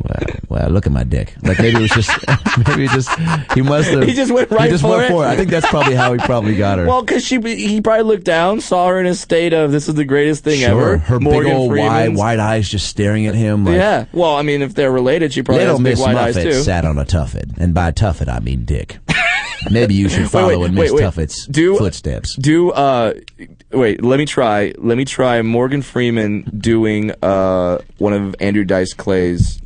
[SPEAKER 4] Well, well, look at my dick. Like maybe it was just, maybe it just he must have.
[SPEAKER 3] He just went right
[SPEAKER 4] He just
[SPEAKER 3] for
[SPEAKER 4] went
[SPEAKER 3] it.
[SPEAKER 4] for it. I think that's probably how he probably got her.
[SPEAKER 3] Well, because she he probably looked down, saw her in a state of this is the greatest thing
[SPEAKER 4] sure.
[SPEAKER 3] ever.
[SPEAKER 4] Her
[SPEAKER 3] Morgan
[SPEAKER 4] big old wide,
[SPEAKER 3] Freeman's.
[SPEAKER 4] wide eyes just staring at him. Like,
[SPEAKER 3] Yeah. Well, I mean, if they're related, she probably
[SPEAKER 4] Little
[SPEAKER 3] has big
[SPEAKER 4] Miss
[SPEAKER 3] wide eyes
[SPEAKER 4] Muffet
[SPEAKER 3] too.
[SPEAKER 4] sat on a tuffet, and by tuffet I mean dick. Maybe you should follow
[SPEAKER 3] Wait,
[SPEAKER 4] in
[SPEAKER 3] wait, wait,
[SPEAKER 4] Miss
[SPEAKER 3] wait.
[SPEAKER 4] Tuffet's
[SPEAKER 3] Do
[SPEAKER 4] footsteps.
[SPEAKER 3] Do uh, wait. Let me try. Let me try Morgan Freeman doing uh one of Andrew Dice Clay's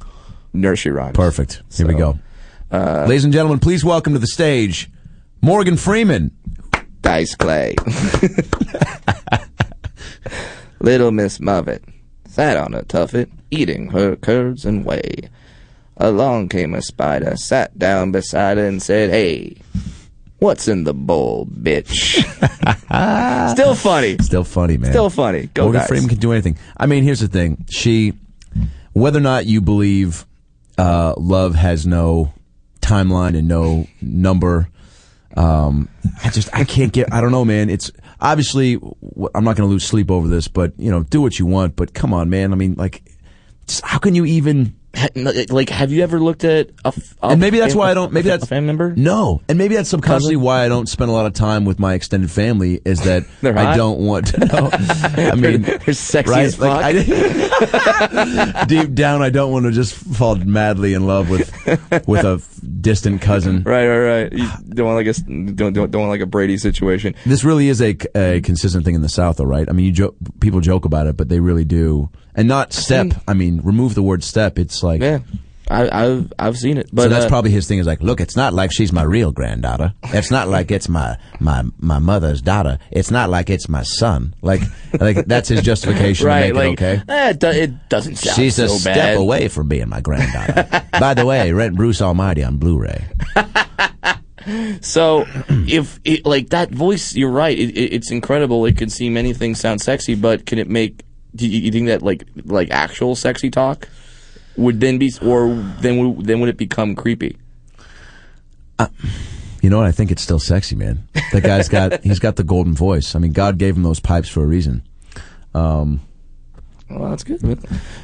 [SPEAKER 3] nursery rhymes.
[SPEAKER 4] Perfect. Here we
[SPEAKER 3] So, uh,
[SPEAKER 4] go. Ladies and gentlemen, please welcome to the stage Morgan Freeman.
[SPEAKER 3] Dice Clay. Little Miss Muffet sat on a tuffet, eating her curds and whey. Along came a spider, sat down beside her, and said, Hey, what's in the bowl, bitch? Still funny.
[SPEAKER 4] Still funny, man.
[SPEAKER 3] Still funny. Go,
[SPEAKER 4] Morgan
[SPEAKER 3] guys.
[SPEAKER 4] Freeman can do anything. I mean, here's the thing. She, whether or not you believe uh, love has no timeline and no number, um, I just I can't get. I don't know, man. It's obviously wh- I'm not going to lose sleep over this, but you know, do what you want. But come on, man. I mean, like, just, how can you even?
[SPEAKER 3] Ha- n- Like, have you ever looked at a. f- a
[SPEAKER 4] And maybe that's
[SPEAKER 3] fam-
[SPEAKER 4] why I don't. Maybe
[SPEAKER 3] a
[SPEAKER 4] that's
[SPEAKER 3] family member?
[SPEAKER 4] No, and maybe that's subconsciously why I don't spend a lot of time with my extended family. Is that
[SPEAKER 3] They're
[SPEAKER 4] I
[SPEAKER 3] hot?
[SPEAKER 4] don't want to know. I mean,
[SPEAKER 3] They're sexy
[SPEAKER 4] right?
[SPEAKER 3] as fuck.
[SPEAKER 4] Like, I- deep down, I don't want to just fall madly in love with with a f- distant cousin.
[SPEAKER 3] Right, right, right. You don't want like a s- don't don't don't want like a Brady situation.
[SPEAKER 4] This really is a, c- a consistent thing in the South, though, right? I mean, you jo- people joke about it, but they really do, and not step. I mean, remove the word step. It's like.
[SPEAKER 3] Yeah, I, I've I've seen it. But
[SPEAKER 4] so that's
[SPEAKER 3] uh,
[SPEAKER 4] probably his thing. Is like, look, it's not like she's my real granddaughter. It's not like it's my my my mother's daughter. It's not like it's my son. Like like that's his justification to
[SPEAKER 3] right.
[SPEAKER 4] make
[SPEAKER 3] Like
[SPEAKER 4] it okay.
[SPEAKER 3] eh, it, do, it doesn't sound
[SPEAKER 4] She's
[SPEAKER 3] so
[SPEAKER 4] a
[SPEAKER 3] bad.
[SPEAKER 4] step away from being my granddaughter. By the way, rent Bruce Almighty on Blu-ray.
[SPEAKER 3] So if it, like that voice, you're right. It, it, it's incredible. It could seem anything sound sexy, but can it make? Do you, you think that like like actual sexy talk would then be, or then would, then would it become creepy?
[SPEAKER 4] You know what? I think it's still sexy, man. That guy's got he's got the golden voice. I mean, God gave him those pipes for a reason.
[SPEAKER 3] Well, that's good. man.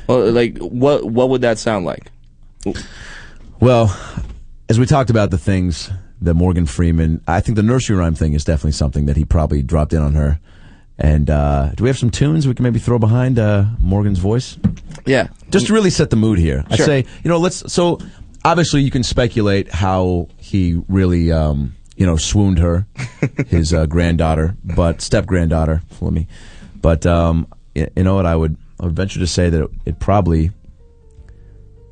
[SPEAKER 3] Well, like what what would that sound like?
[SPEAKER 4] Well, as we talked about the things that Morgan Freeman, I think the nursery rhyme thing is definitely something that he probably dropped in on her. And uh, do we have some tunes we can maybe throw behind uh, Morgan's voice?
[SPEAKER 3] Yeah,
[SPEAKER 4] Just to really set the mood here, I'd
[SPEAKER 3] Sure.
[SPEAKER 4] say you know let's. So obviously you can speculate how he really um, you know swooned her, his uh, granddaughter, but step granddaughter. Let me, but um, y- you know what I would I would venture to say that it, it probably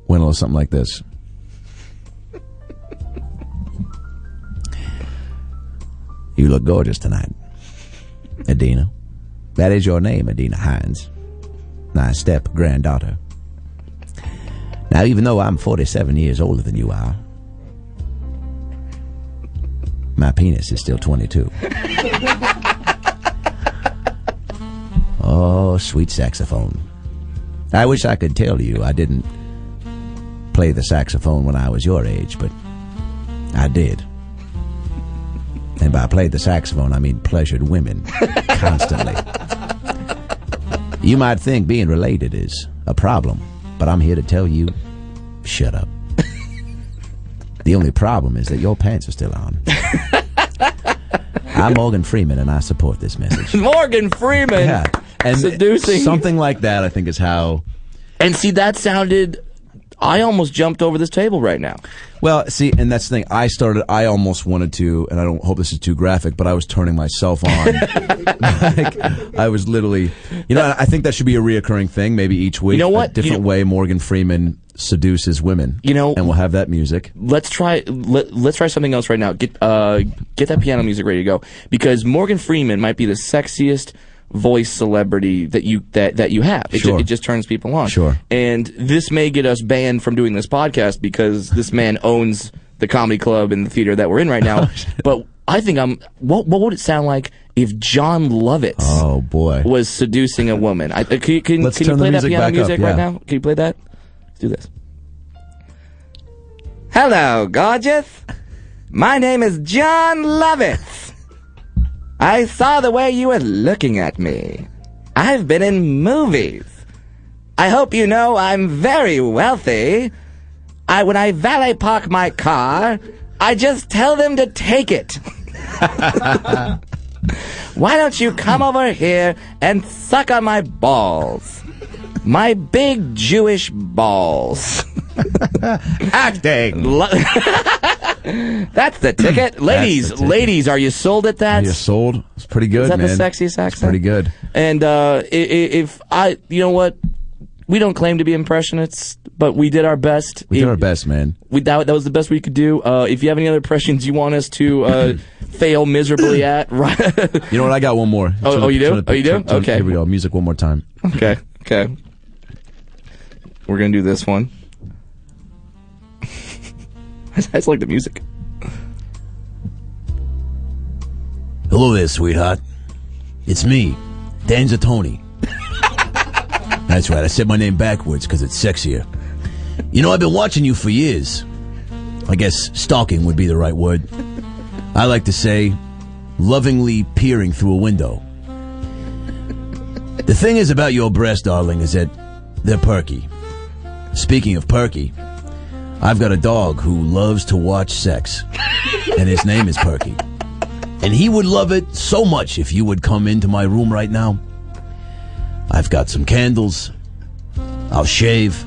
[SPEAKER 4] went a little something like this. You look gorgeous tonight, Adina. That is your name, Adina Hines. My step granddaughter. Now, even though I'm 47 years older than you are, my penis is still 22. oh, sweet saxophone. I wish I could tell you I didn't play the saxophone when I was your age, but I did. And by played the saxophone, I mean pleasured women constantly. You might think being related is a problem, but I'm here to tell you shut up. the only problem is that your pants are still on. I'm Morgan Freeman, and I support this message.
[SPEAKER 3] Morgan Freeman
[SPEAKER 4] Yeah. And
[SPEAKER 3] seducing.
[SPEAKER 4] something like that, I think, is how.
[SPEAKER 3] And see, that sounded. I almost jumped over this table right now.
[SPEAKER 4] Well, see, and that's the thing. I started. I almost wanted to, and I don't hope this is too graphic, but I was turning myself on. like, I was literally, you know, I think that should be a reoccurring thing. Maybe each week,
[SPEAKER 3] You know what?
[SPEAKER 4] a different
[SPEAKER 3] You-
[SPEAKER 4] way Morgan Freeman seduces women.
[SPEAKER 3] You know-
[SPEAKER 4] and we'll have that music.
[SPEAKER 3] Let's try. Let, let's try something else right now. Get uh, get that piano music ready to go because Morgan Freeman might be the sexiest voice celebrity that you that that you have. It, ju-
[SPEAKER 4] Sure.
[SPEAKER 3] it just turns people on.
[SPEAKER 4] Sure.
[SPEAKER 3] And this may get us banned from doing this podcast because this man owns the comedy club and the theater that we're in right now. but I think I'm. What what would it sound like if John Lovitz?
[SPEAKER 4] Oh boy!
[SPEAKER 3] was seducing a woman. I, uh, can you, can,
[SPEAKER 4] Let's
[SPEAKER 3] can you
[SPEAKER 4] turn the
[SPEAKER 3] play that
[SPEAKER 4] music
[SPEAKER 3] piano
[SPEAKER 4] back up,
[SPEAKER 3] music right
[SPEAKER 4] yeah.
[SPEAKER 3] now? Can you play that? Let's do this. Hello, gorgeous. My name is John Lovitz. I saw the way you were looking at me. I've been in movies. I hope you know I'm very wealthy. I when I valet park my car, I just tell them to take it. Why don't you come over here and suck on my balls? My big Jewish balls.
[SPEAKER 4] Acting.
[SPEAKER 3] Lo- That's the ticket. ladies,
[SPEAKER 4] ticket.
[SPEAKER 3] ladies, are you sold at that?
[SPEAKER 4] You sold. It's pretty good,
[SPEAKER 3] Is that
[SPEAKER 4] man.
[SPEAKER 3] the sexiest accent?
[SPEAKER 4] It's pretty good.
[SPEAKER 3] And uh, i- i- if I, you know what, we don't claim to be impressionists, but we did our best.
[SPEAKER 4] We
[SPEAKER 3] If-
[SPEAKER 4] did our best, man.
[SPEAKER 3] we, that, that was the best we could do. Uh, if you have any other impressions you want us to uh, fail miserably at, right?
[SPEAKER 4] You know what? I got one more.
[SPEAKER 3] Oh,
[SPEAKER 4] Turn
[SPEAKER 3] oh,
[SPEAKER 4] it-
[SPEAKER 3] you do?
[SPEAKER 4] turn it-
[SPEAKER 3] Oh, you do?
[SPEAKER 4] turn- turn-
[SPEAKER 3] Okay.
[SPEAKER 4] Here we go. Music one more time.
[SPEAKER 3] Okay. Okay. We're gonna do this one. I just like the music.
[SPEAKER 4] Hello there, sweetheart. It's me, Danza Tony. That's right, I said my name backwards because it's sexier. You know, I've been watching you for years. I guess stalking would be the right word. I like to say, lovingly peering through a window. The thing is about your breasts, darling, is that they're perky. Speaking of perky, I've got a dog who loves to watch sex, and his name is Perky and he would love it so much if you would come into my room right now. I've got some candles. I'll shave.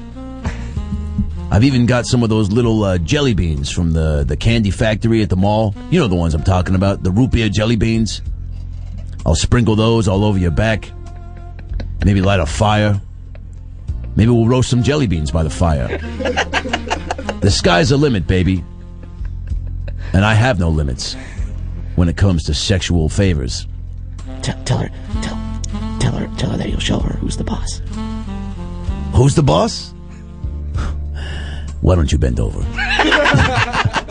[SPEAKER 4] I've even got some of those little uh, jelly beans from the, the candy factory at the mall. You know the ones I'm talking about, the root beer jelly beans. I'll sprinkle those all over your back. Maybe light a fire. Maybe we'll roast some jelly beans by the fire. the sky's the limit, baby. And I have no limits when it comes to sexual favors.
[SPEAKER 3] Tell, tell her, tell, tell her, tell her that you'll show her who's the boss.
[SPEAKER 4] Who's the boss? Why don't you bend over?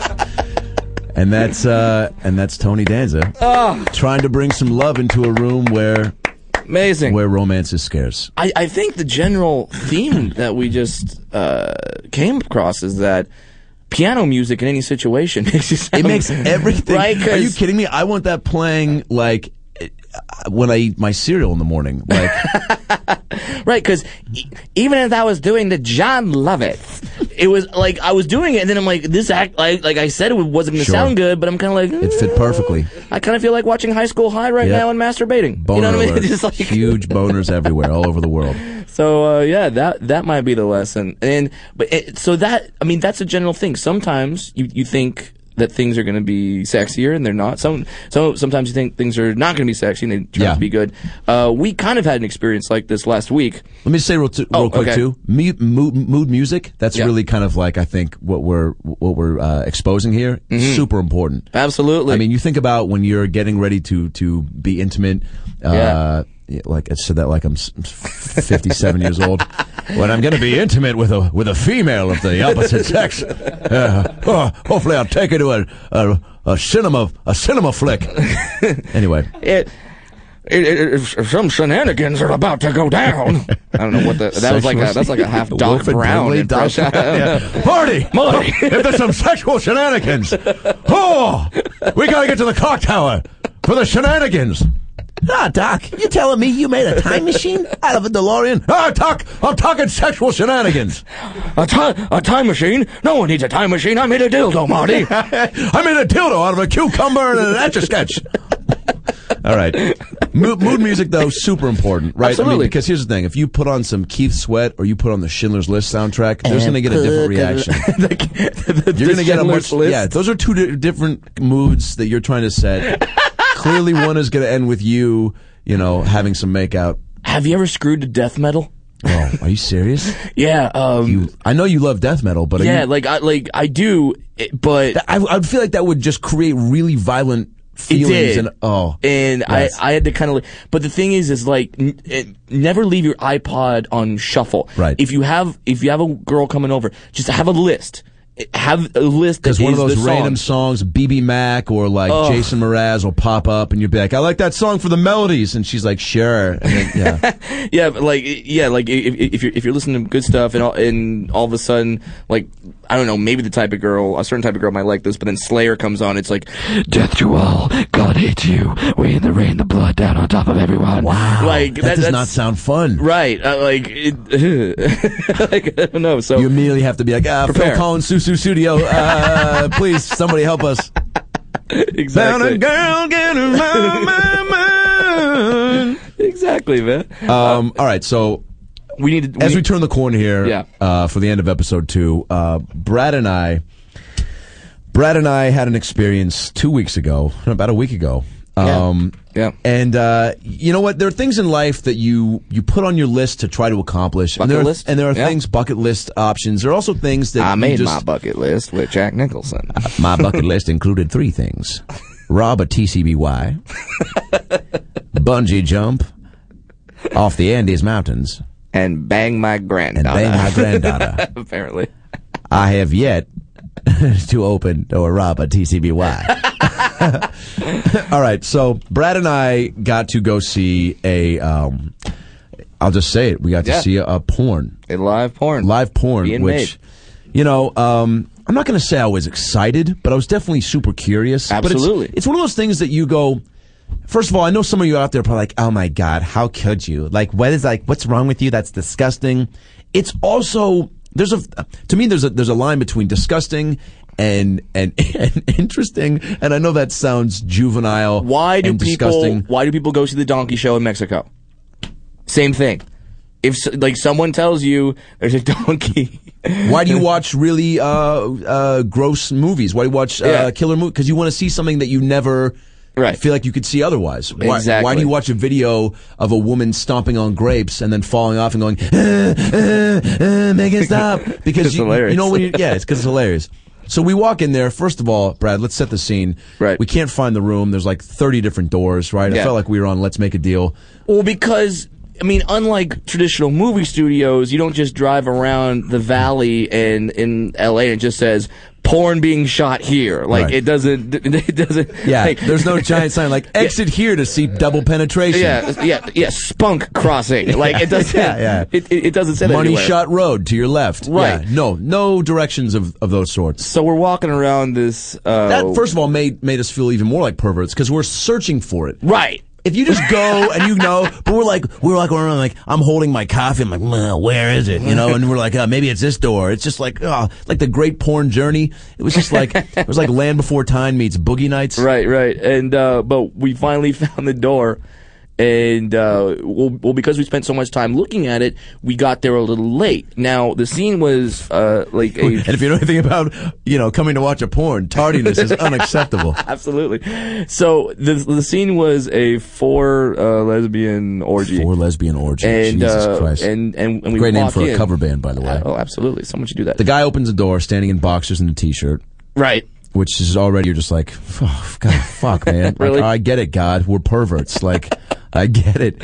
[SPEAKER 4] and that's uh, and that's Tony Danza trying to bring some love into a room where
[SPEAKER 3] Amazing.
[SPEAKER 4] where romance is scarce.
[SPEAKER 3] I, I think the general theme that we just uh, came across is that piano music in any situation makes you sound.
[SPEAKER 4] It makes everything.
[SPEAKER 3] Right? 'Cause-
[SPEAKER 4] Are you kidding me? I want that playing like uh, when I eat my cereal in the morning. Like
[SPEAKER 3] Right, because even as I was doing the John Lovitz, it was like I was doing it, and then I'm like, this act, like, like I said, it wasn't going to
[SPEAKER 4] Sure.
[SPEAKER 3] sound good, but I'm kind of like, hmm,
[SPEAKER 4] it fit perfectly.
[SPEAKER 3] I kind of feel like watching High School High right
[SPEAKER 4] Yep.
[SPEAKER 3] now and masturbating.
[SPEAKER 4] Boner
[SPEAKER 3] you know what I mean?
[SPEAKER 4] alert.
[SPEAKER 3] Just like-
[SPEAKER 4] Huge boners everywhere, all over the world.
[SPEAKER 3] so, uh, yeah, that that might be the lesson. And but it, so that I mean, that's a general thing. Sometimes you you think that things are going to be sexier and they're not. Some so sometimes you think things are not going to be sexy and they turn out
[SPEAKER 4] Yeah.
[SPEAKER 3] to be good. Uh, we kind of had an experience like this last week.
[SPEAKER 4] Let me just say real, t-
[SPEAKER 3] Oh,
[SPEAKER 4] real quick
[SPEAKER 3] okay.
[SPEAKER 4] too. Mu- mood, mood music. That's
[SPEAKER 3] Yeah.
[SPEAKER 4] really kind of like I think what we're what we're uh, exposing here.
[SPEAKER 3] Mm-hmm.
[SPEAKER 4] Super important.
[SPEAKER 3] Absolutely.
[SPEAKER 4] I mean, you think about when you're getting ready to to be intimate. Uh, yeah, Like I said that like I'm s- s- 57 years old. When I'm going to be intimate with a with a female of the opposite sex, uh, oh, hopefully I'll take her to a, a a cinema a cinema flick. anyway,
[SPEAKER 3] it, it, it, it- some shenanigans are about to go down. I don't know what the that was like. A, that's like a half Doc
[SPEAKER 4] Wolf and
[SPEAKER 3] Brown
[SPEAKER 4] Dudley, Doc
[SPEAKER 3] impression. I don't know.
[SPEAKER 4] Marty,
[SPEAKER 3] Marty.
[SPEAKER 4] if there's some sexual shenanigans, oh, we gotta get to the clock tower for the shenanigans. Ah, Doc, you telling me you made a time machine out of a DeLorean? Ah, Doc, I'm talking sexual shenanigans.
[SPEAKER 3] A, ti- a time machine? No one needs a time machine. I made a dildo, Marty.
[SPEAKER 4] I made a dildo out of a cucumber and an etch a sketch. All right. Mood, mood music, though, super important, right? I mean,
[SPEAKER 3] Absolutely.
[SPEAKER 4] because here's the thing if you put on some Keith Sweat or you put on the Schindler's List soundtrack, there's going to get a different reaction. You're going to get a much. Yeah, those are two di- different moods that you're trying to set. Clearly, one is going to end with you, you know, having some makeout.
[SPEAKER 3] Have you ever screwed to death metal?
[SPEAKER 4] Oh, are you serious?
[SPEAKER 3] Yeah. Um,
[SPEAKER 4] You, I know you love death metal, but are
[SPEAKER 3] yeah,
[SPEAKER 4] you,
[SPEAKER 3] like I like I do, it- but
[SPEAKER 4] I, I would feel like that would just create really violent feelings.
[SPEAKER 3] did.
[SPEAKER 4] And oh,
[SPEAKER 3] and
[SPEAKER 4] yes.
[SPEAKER 3] I, I had to kind of, but the thing is, is like, n- it, never leave your iPod on shuffle.
[SPEAKER 4] Right.
[SPEAKER 3] If you have, if you have a girl coming over, just have a list. Eh, Have a list that
[SPEAKER 4] because one of
[SPEAKER 3] is
[SPEAKER 4] those
[SPEAKER 3] the
[SPEAKER 4] random
[SPEAKER 3] songs.
[SPEAKER 4] songs, BB Mac or like Jason Mraz will pop up, and you'll be like, "I like that song for the melodies," and she's like, "Sure." And then, yeah,
[SPEAKER 3] Yeah, but like yeah, like if, if you're if you're listening to good stuff and all, and all of a sudden like I don't know, maybe the type of girl, a certain type of girl might like this, but then Slayer comes on, it's like death to all, God hates you, we in the rain, the blood down on top of everyone. Wow, like
[SPEAKER 4] that, does
[SPEAKER 3] that's
[SPEAKER 4] not sound fun.
[SPEAKER 3] right. Uh, like, it, like I don't know. So
[SPEAKER 4] You immediately have to be like, uh, Phil
[SPEAKER 3] Prepare.
[SPEAKER 4] Collins, Susu Studio, uh, please, somebody help us. Found a
[SPEAKER 3] exactly,
[SPEAKER 4] girl, get her on my mind.
[SPEAKER 3] exactly, man.
[SPEAKER 4] Um, all right, so
[SPEAKER 3] we need to,
[SPEAKER 4] as we turn the corner here
[SPEAKER 3] Yeah.
[SPEAKER 4] uh, for the end of episode two, uh, Brad and I, Brad and I had an experience two weeks ago, about a week ago. Um,
[SPEAKER 3] Yeah. Yeah.
[SPEAKER 4] And uh, you know what? There are things in life that you you put on your list to try to accomplish. and
[SPEAKER 3] Bucket
[SPEAKER 4] there are,
[SPEAKER 3] list?
[SPEAKER 4] And there are
[SPEAKER 3] Yeah.
[SPEAKER 4] things bucket list options. There are also things that
[SPEAKER 3] I
[SPEAKER 4] you
[SPEAKER 3] made
[SPEAKER 4] just, Uh,
[SPEAKER 3] my bucket list with Jack Nicholson.
[SPEAKER 4] my bucket list included three things: rob a TCBY, bungee jump off the Andes Mountains,
[SPEAKER 3] and bang my
[SPEAKER 4] and
[SPEAKER 3] granddaughter.
[SPEAKER 4] bang my granddaughter.
[SPEAKER 3] apparently.
[SPEAKER 4] I have yet to open or rob a TCBY. All right, so Brad and I got to go see a. Um, I'll just say it. We got to
[SPEAKER 3] Yeah.
[SPEAKER 4] see a, a porn,
[SPEAKER 3] A live porn.
[SPEAKER 4] live porn,
[SPEAKER 3] Being
[SPEAKER 4] which, you know, um, I'm not going to say I was excited, but I was definitely super curious. But it's-
[SPEAKER 3] Absolutely.
[SPEAKER 4] it's, one of those things that you go. First of all, I know some of you out there are probably like, "Oh my god, how could you? Like, what is like, what's wrong with you? That's disgusting." It's also there's a to me there's a there's a line between disgusting and and, and interesting, and I know that sounds juvenile.
[SPEAKER 3] Why do
[SPEAKER 4] and
[SPEAKER 3] people?
[SPEAKER 4] disgusting.
[SPEAKER 3] Why do people go see the donkey show in Mexico? Same thing. If s- like someone tells you there's a donkey,
[SPEAKER 4] Why do you watch really uh, uh, gross movies? Why do you watch uh,
[SPEAKER 3] Yeah.
[SPEAKER 4] killer movies? Because you want to see something that you never
[SPEAKER 3] Right.
[SPEAKER 4] feel like you could see otherwise. Why, why
[SPEAKER 3] Exactly.
[SPEAKER 4] do you watch a video of a woman stomping on grapes and then falling off and going, "Uh, uh, uh, make it stop? Because
[SPEAKER 3] It's
[SPEAKER 4] you,
[SPEAKER 3] hilarious.
[SPEAKER 4] you know when you, yeah, it's because it's hilarious. So we walk in there. First of all, Brad, let's set the scene.
[SPEAKER 3] Right.
[SPEAKER 4] We can't find the room. There's like 30 different doors. Right. I
[SPEAKER 3] Yeah.
[SPEAKER 4] felt like we were on Let's Make a Deal.
[SPEAKER 3] well, because I mean, unlike traditional movie studios, you don't just drive around the valley and in L.A. and it just says porn being shot here. Like
[SPEAKER 4] Right.
[SPEAKER 3] it doesn't. It doesn't.
[SPEAKER 4] Yeah.
[SPEAKER 3] like-
[SPEAKER 4] there's no giant sign like exit here to see double penetration.
[SPEAKER 3] Yeah, yeah, yeah. Spunk crossing. Like it doesn't.
[SPEAKER 4] Yeah, yeah.
[SPEAKER 3] It, it, it doesn't say that
[SPEAKER 4] Money
[SPEAKER 3] anywhere.
[SPEAKER 4] Shot Road to your left.
[SPEAKER 3] Right.
[SPEAKER 4] Yeah, no, no directions of, of those sorts.
[SPEAKER 3] So we're walking around this. Uh,
[SPEAKER 4] That first of all made made us feel even more like perverts because we're searching for it.
[SPEAKER 3] right.
[SPEAKER 4] If you just go and you know, but we're like we're like we're like I'm holding my coffee. I'm like, "Well, where is it? You know, and we're like, uh, maybe it's this door. It's just like, oh, like the Great Porn Journey. It was just like it was like Land Before Time meets Boogie Nights.
[SPEAKER 3] Right, right. And uh, but we finally found the door, and uh, well, well, because we spent so much time looking at it, we got there a little late. Now the scene was uh, like a.
[SPEAKER 4] And if you know anything about you know coming to watch a porn, tardiness is unacceptable.
[SPEAKER 3] Absolutely. So the the scene was a four uh, lesbian orgy.
[SPEAKER 4] Or lesbian orgy.
[SPEAKER 3] and,
[SPEAKER 4] Jesus
[SPEAKER 3] uh,
[SPEAKER 4] Christ.
[SPEAKER 3] and and and we
[SPEAKER 4] Great name
[SPEAKER 3] walk
[SPEAKER 4] for a
[SPEAKER 3] in.
[SPEAKER 4] cover band, by the way.
[SPEAKER 3] Oh, absolutely. Someone should do that.
[SPEAKER 4] The guy opens the door, standing in boxers and a t-shirt,
[SPEAKER 3] right.
[SPEAKER 4] which is already you're just like, oh, God, fuck, man.
[SPEAKER 3] Really?
[SPEAKER 4] Like, I get it, God, we're perverts. Like, I get it.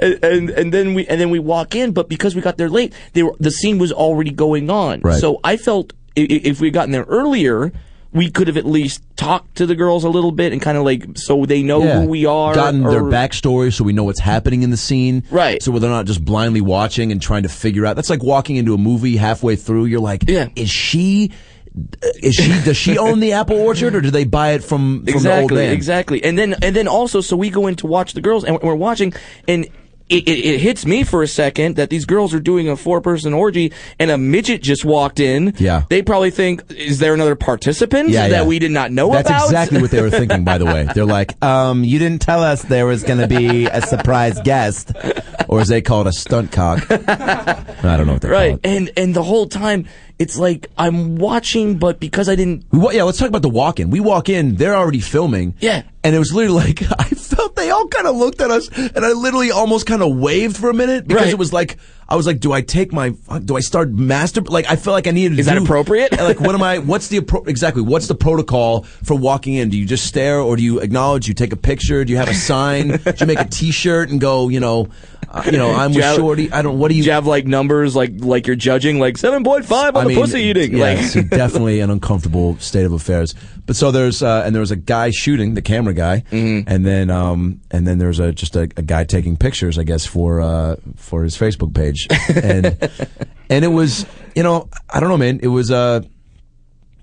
[SPEAKER 3] and, and and then we and then we walk in, but because we got there late, they were, the scene was already going on.
[SPEAKER 4] Right.
[SPEAKER 3] So I felt i- i- if we had gotten there earlier, we could have at least talked to the girls a little bit and kind of like so they know who we are.
[SPEAKER 4] Gotten their
[SPEAKER 3] or-
[SPEAKER 4] backstory, so we know what's happening in the scene.
[SPEAKER 3] Right.
[SPEAKER 4] So they're not just blindly watching and trying to figure out. That's like walking into a movie halfway through. You're like,
[SPEAKER 3] Yeah.
[SPEAKER 4] is she? Is she does she own the apple orchard or do they buy it from, from the old
[SPEAKER 3] exactly,
[SPEAKER 4] man?
[SPEAKER 3] exactly. And then and then also, so we go in to watch the girls, and we're watching, and it, it, it hits me for a second that these girls are doing a four person orgy, and a midget just walked in.
[SPEAKER 4] Yeah.
[SPEAKER 3] they probably think, is there another participant
[SPEAKER 4] Yeah,
[SPEAKER 3] that
[SPEAKER 4] yeah.
[SPEAKER 3] we did not know
[SPEAKER 4] That's
[SPEAKER 3] about?
[SPEAKER 4] exactly what they were thinking, by the way. They're like, um, you didn't tell us there was going to be a surprise guest, or as they call it, a stunt cock. I don't know what they
[SPEAKER 3] Right,
[SPEAKER 4] call it.
[SPEAKER 3] and and the whole time it's like I'm watching, but because I didn't
[SPEAKER 4] We wa- yeah, let's talk about the walk in. We walk in, they're already filming.
[SPEAKER 3] Yeah.
[SPEAKER 4] And it was literally like, I felt they all kind of looked at us, and I literally almost kind of waved for a minute because
[SPEAKER 3] Right.
[SPEAKER 4] it was like, I was like, do I take my, do I start master? Like, I felt like I needed to
[SPEAKER 3] Is that
[SPEAKER 4] do-
[SPEAKER 3] appropriate?
[SPEAKER 4] like, what am I, what's the, appro- exactly, what's the protocol for walking in? Do you just stare or do you acknowledge? Do you take a picture? Do you have a sign? do you make a t shirt and go, you know, uh, you know, I'm
[SPEAKER 3] Do
[SPEAKER 4] with
[SPEAKER 3] you have-
[SPEAKER 4] Shorty? I don't, what do you,
[SPEAKER 3] Do you have like numbers like like you're judging like seven point five on the pussy eating?
[SPEAKER 4] yeah,
[SPEAKER 3] like
[SPEAKER 4] it's definitely an uncomfortable state of affairs. But so there's uh, and there was a guy shooting the camera guy,
[SPEAKER 3] Mm-hmm.
[SPEAKER 4] and then um, and then there's a just a, a guy taking pictures, I guess for uh, for his Facebook page, and and it was you know I don't know man, it was uh,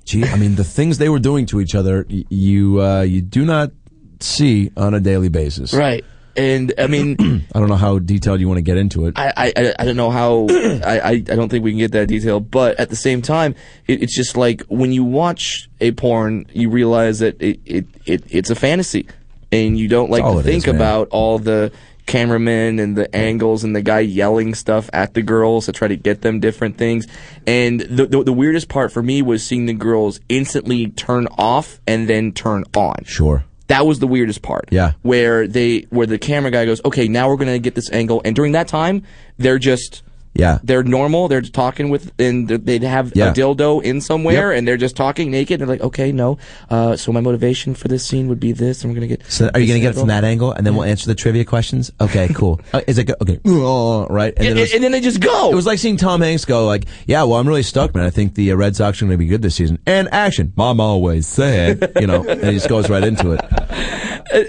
[SPEAKER 4] gee, I mean the things they were doing to each other, y- you uh, you do not see on a daily basis.
[SPEAKER 3] right. And I mean,
[SPEAKER 4] I don't know how detailed you want to get into it.
[SPEAKER 3] I, I- I I don't know how I, I I don't think we can get that detail, but at the same time, it, it's just like when you watch a porn, you realize that it it, it it's a fantasy, and you don't like
[SPEAKER 4] That's all
[SPEAKER 3] to
[SPEAKER 4] it
[SPEAKER 3] think
[SPEAKER 4] is, man.
[SPEAKER 3] about all the cameramen and the angles and the guy yelling stuff at the girls to try to get them different things. And the the, the weirdest part for me was seeing the girls instantly turn off and then turn on.
[SPEAKER 4] sure.
[SPEAKER 3] That was the weirdest part.
[SPEAKER 4] Yeah.
[SPEAKER 3] Where they where the camera guy goes, Okay, now we're gonna get this angle and during that time they're just
[SPEAKER 4] Yeah.
[SPEAKER 3] they're normal, they're just talking with and th- they'd have
[SPEAKER 4] Yeah.
[SPEAKER 3] a dildo in somewhere
[SPEAKER 4] Yep.
[SPEAKER 3] and they're just talking naked and they're like, Okay, no. Uh, so my motivation for this scene would be this and we're gonna get
[SPEAKER 6] So are you going to
[SPEAKER 3] this
[SPEAKER 6] get it
[SPEAKER 3] angle.
[SPEAKER 6] from that angle, and then we'll answer the trivia questions? Okay, cool. Uh, is it go- okay?
[SPEAKER 4] Oh, right. And then
[SPEAKER 3] And,
[SPEAKER 4] it was-
[SPEAKER 3] and then they just go.
[SPEAKER 4] It was like seeing Tom Hanks go like, "Yeah, well, I'm really stuck, man. I think the uh, Red Sox are going to be good this season." And action, Mom always said, you know, and he just goes right into it.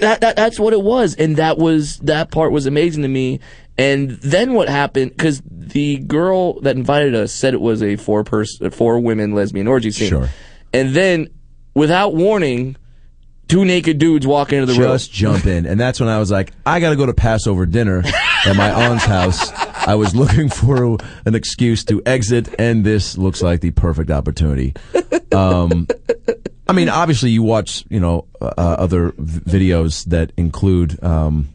[SPEAKER 3] that, that that's what it was, and that was that part was amazing to me. And then what happened? Because the girl that invited us said it was a four person, four women lesbian orgy scene.
[SPEAKER 4] Sure.
[SPEAKER 3] And then, without warning, two naked dudes walk into the
[SPEAKER 4] Just jump in, and that's when I was like, "I got to go to Passover dinner at my aunt's house." I was looking for an excuse to exit, and this looks like the perfect opportunity. Um, I mean, obviously, you watch, you know, uh, other v- videos that include. Um,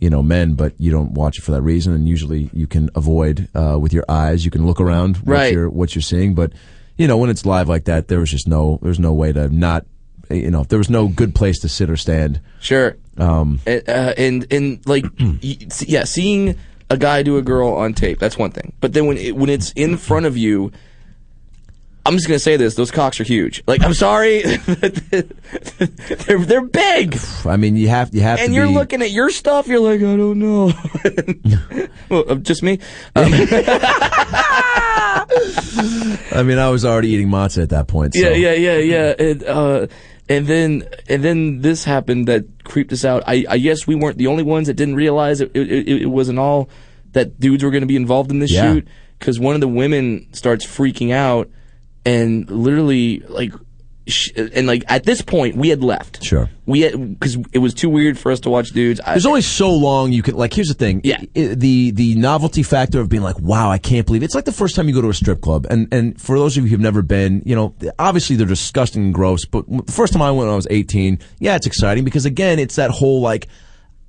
[SPEAKER 4] you know, men, but you don't watch it for that reason. And usually you can avoid uh, with your eyes. You can look around what
[SPEAKER 3] Right.
[SPEAKER 4] you're what you're seeing. But you know, when it's live like that, there was just no there's no way to not you know there was no good place to sit or stand.
[SPEAKER 3] room. Sure. Um. And uh, and, and like, y- see- yeah, seeing a guy do a girl on tape that's one thing, but then when it, when it's in front of you. I'm just gonna say this: those cocks are huge. Like, I'm sorry, they're they're big.
[SPEAKER 4] I mean, you have you have to.
[SPEAKER 3] and you're
[SPEAKER 4] be-
[SPEAKER 3] looking at your stuff. You're like, I don't know. well, uh, just me. Um,
[SPEAKER 4] I mean, I was already eating matzah at that point. So.
[SPEAKER 3] yeah, yeah, yeah, yeah. And, uh, and then and then this happened that creeped us out. I, I guess we weren't the only ones that didn't realize it. It, it, it wasn't all that dudes were going to be involved in this
[SPEAKER 4] Yeah.
[SPEAKER 3] shoot because one of the women starts freaking out and literally like. sh- And like at this point, we had left.
[SPEAKER 4] Sure.
[SPEAKER 3] we had because it was too weird for us to watch dudes. I-
[SPEAKER 4] There's only so long you can like. Here's the thing.
[SPEAKER 3] Yeah.
[SPEAKER 4] I- the the novelty factor of being like, wow, I can't believe it. it's like the first time you go to a strip club. And and for those of you who've never been, you know, obviously they're disgusting and gross. But w- the first time I went, when I was 18. Yeah, it's exciting because again, it's that whole like.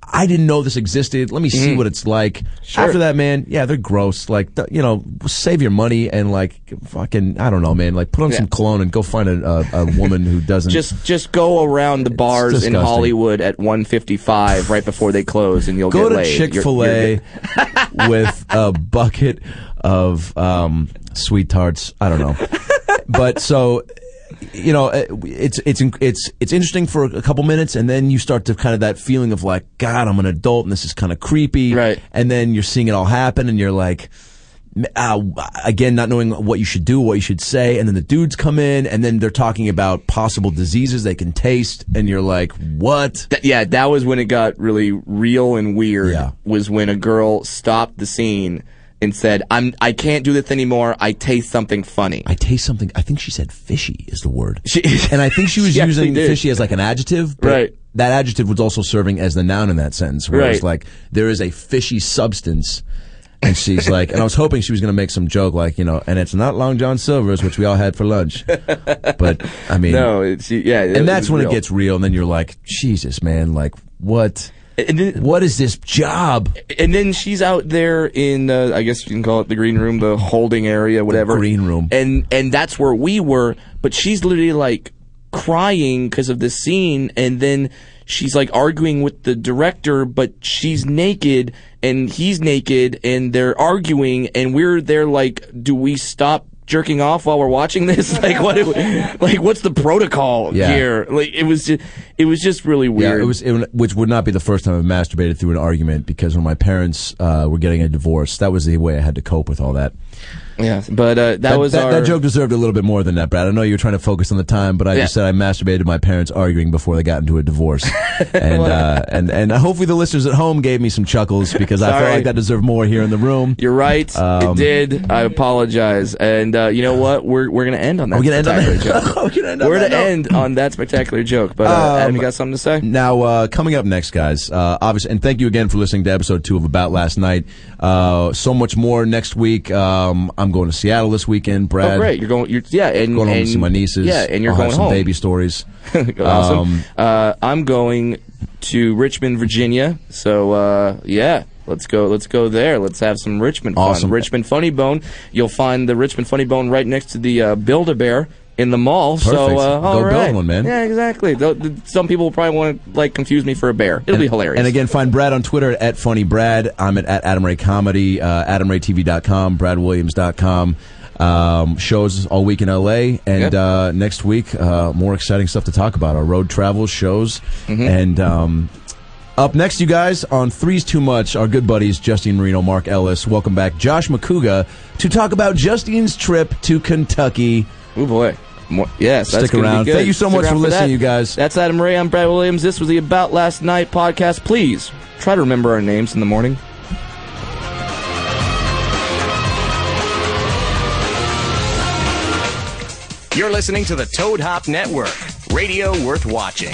[SPEAKER 4] I didn't know this existed. Let me see
[SPEAKER 3] Mm.
[SPEAKER 4] what it's like. After that, man, yeah, they're gross. Like, th- you know, save your money and like, fucking, I don't know, man. Like, put on some
[SPEAKER 3] Yeah.
[SPEAKER 4] cologne and go find a, a, a woman who doesn't.
[SPEAKER 3] Just just go around the bars in
[SPEAKER 4] disgusting.
[SPEAKER 3] Hollywood at 1:55 right before they close, and you'll
[SPEAKER 4] go
[SPEAKER 3] get
[SPEAKER 4] to
[SPEAKER 3] laid. You're-
[SPEAKER 4] Chick Fil A
[SPEAKER 3] you're-
[SPEAKER 4] with a bucket of um, sweet tarts. I don't know, but so you know, it- it's it's it's it's interesting for a couple minutes, and then you start to kind of that feeling of like, God, I'm an adult, and this is kind of creepy,
[SPEAKER 3] Right.
[SPEAKER 4] And then you're seeing it all happen, and you're like. Uh, again, not knowing what you should do, what you should say, and then the dudes come in, and then they're talking about possible diseases they can taste, and you're like, "What?"
[SPEAKER 3] Th- yeah, that was when it got really real and weird.
[SPEAKER 4] Yeah.
[SPEAKER 3] Was when a girl stopped the scene and said, "I'm I can't do this anymore. I taste something funny."
[SPEAKER 4] I taste something. I think she said fishy is the word.
[SPEAKER 3] She-
[SPEAKER 4] and I think she was
[SPEAKER 3] She actually
[SPEAKER 4] using
[SPEAKER 3] did.
[SPEAKER 4] fishy as like an adjective. But
[SPEAKER 3] Right.
[SPEAKER 4] That adjective was also serving as the noun in that sentence. Where it's
[SPEAKER 3] Right.
[SPEAKER 4] like, there is a fishy substance. And she's like, and I was hoping she was going to make some joke like, you know, and it's not Long John Silver's, which we all had for lunch. But, I mean.
[SPEAKER 3] no, it's, yeah,
[SPEAKER 4] And that's when it gets real. And then you're like, Jesus, man, like, what?
[SPEAKER 3] And then,
[SPEAKER 4] What is this job?
[SPEAKER 3] and then she's out there in uh, I guess you can call it the green room, the holding area, whatever.
[SPEAKER 4] green room.
[SPEAKER 3] And and that's where we were, but she's literally like crying because of this scene and then she's like arguing with the director, but she's naked and he's naked and they're arguing and we're there like do we stop jerking off while we're watching this like what do like what's the protocol
[SPEAKER 4] Yeah.
[SPEAKER 3] here like it was just it was just really weird
[SPEAKER 4] Yeah, it was, it, which would not be the first time I've masturbated through an argument because when my parents uh, were getting a divorce, that was the way I had to cope with all that.
[SPEAKER 3] yeah but uh that, was
[SPEAKER 4] that,
[SPEAKER 3] our
[SPEAKER 4] that joke deserved a little bit more than that, Brad. I know you were trying to focus on the time, but I just
[SPEAKER 3] Yeah.
[SPEAKER 4] said I masturbated to my parents arguing before they got into a divorce, and uh, and and hopefully the listeners at home gave me some chuckles because I felt
[SPEAKER 3] Sorry.
[SPEAKER 4] like that deserved more here in the room.
[SPEAKER 3] You're right.
[SPEAKER 4] Um,
[SPEAKER 3] it did. I apologize. And uh, you know what? We're we're gonna end on that.
[SPEAKER 4] We're gonna end on
[SPEAKER 3] spectacular
[SPEAKER 4] that.
[SPEAKER 3] joke.
[SPEAKER 4] We're gonna end on
[SPEAKER 3] We're
[SPEAKER 4] that
[SPEAKER 3] gonna
[SPEAKER 4] note. Um,
[SPEAKER 3] end on that spectacular joke. But uh, Adam, you got something to say?
[SPEAKER 4] Now, uh, coming up next, guys, uh, obviously, and thank you again for listening to episode two of About Last Night. Uh, so much more next week. Um, I'm going to Seattle this weekend, Brad.
[SPEAKER 3] Oh, great. You're going. You're yeah. And
[SPEAKER 4] Going home
[SPEAKER 3] and,
[SPEAKER 4] to see my nieces.
[SPEAKER 3] Yeah. And you're
[SPEAKER 4] I'll
[SPEAKER 3] going
[SPEAKER 4] have some
[SPEAKER 3] home.
[SPEAKER 4] baby stories.
[SPEAKER 3] awesome.
[SPEAKER 4] Um,
[SPEAKER 3] uh, I'm going to Richmond, Virginia. So uh, yeah. Let's go. Let's go there. Let's have some Richmond fun.
[SPEAKER 4] Awesome.
[SPEAKER 3] Richmond Funny Bone. You'll find the Richmond Funny Bone right next to the uh, Build a Bear in the mall. So
[SPEAKER 4] Perfect.
[SPEAKER 3] uh,
[SPEAKER 4] Go
[SPEAKER 3] all
[SPEAKER 4] build
[SPEAKER 3] right.
[SPEAKER 4] one, man.
[SPEAKER 3] Yeah, exactly. Though- th- Some people will probably want to like confuse me for a bear. It'll be hilarious.
[SPEAKER 4] And again, find Brad on Twitter at Funny Brad. I'm at, at Adam Ray Comedy, uh, AdamRayTV.com, BradWilliams.com. Um, shows all week in LA,
[SPEAKER 3] Yeah.
[SPEAKER 4] and uh, next week uh, more exciting stuff to talk about: our road travels, shows, and um, up next, you guys on Three's Too Much, our good buddies Justine Marino, Mark Ellis. Welcome back, Josh McCouga, to talk about Justine's trip to Kentucky.
[SPEAKER 3] oh boy. More, yes, that's
[SPEAKER 4] Stick
[SPEAKER 3] gonna be
[SPEAKER 4] around.
[SPEAKER 3] good.
[SPEAKER 4] Thank you so
[SPEAKER 3] Stick
[SPEAKER 4] much
[SPEAKER 3] around
[SPEAKER 4] for listening,
[SPEAKER 3] that.
[SPEAKER 4] you guys.
[SPEAKER 3] That's Adam Ray. I'm Brad Williams. This was the About Last Night podcast. Please try to remember our names in the morning.
[SPEAKER 1] You're listening to the Toad Hop Network, radio worth watching.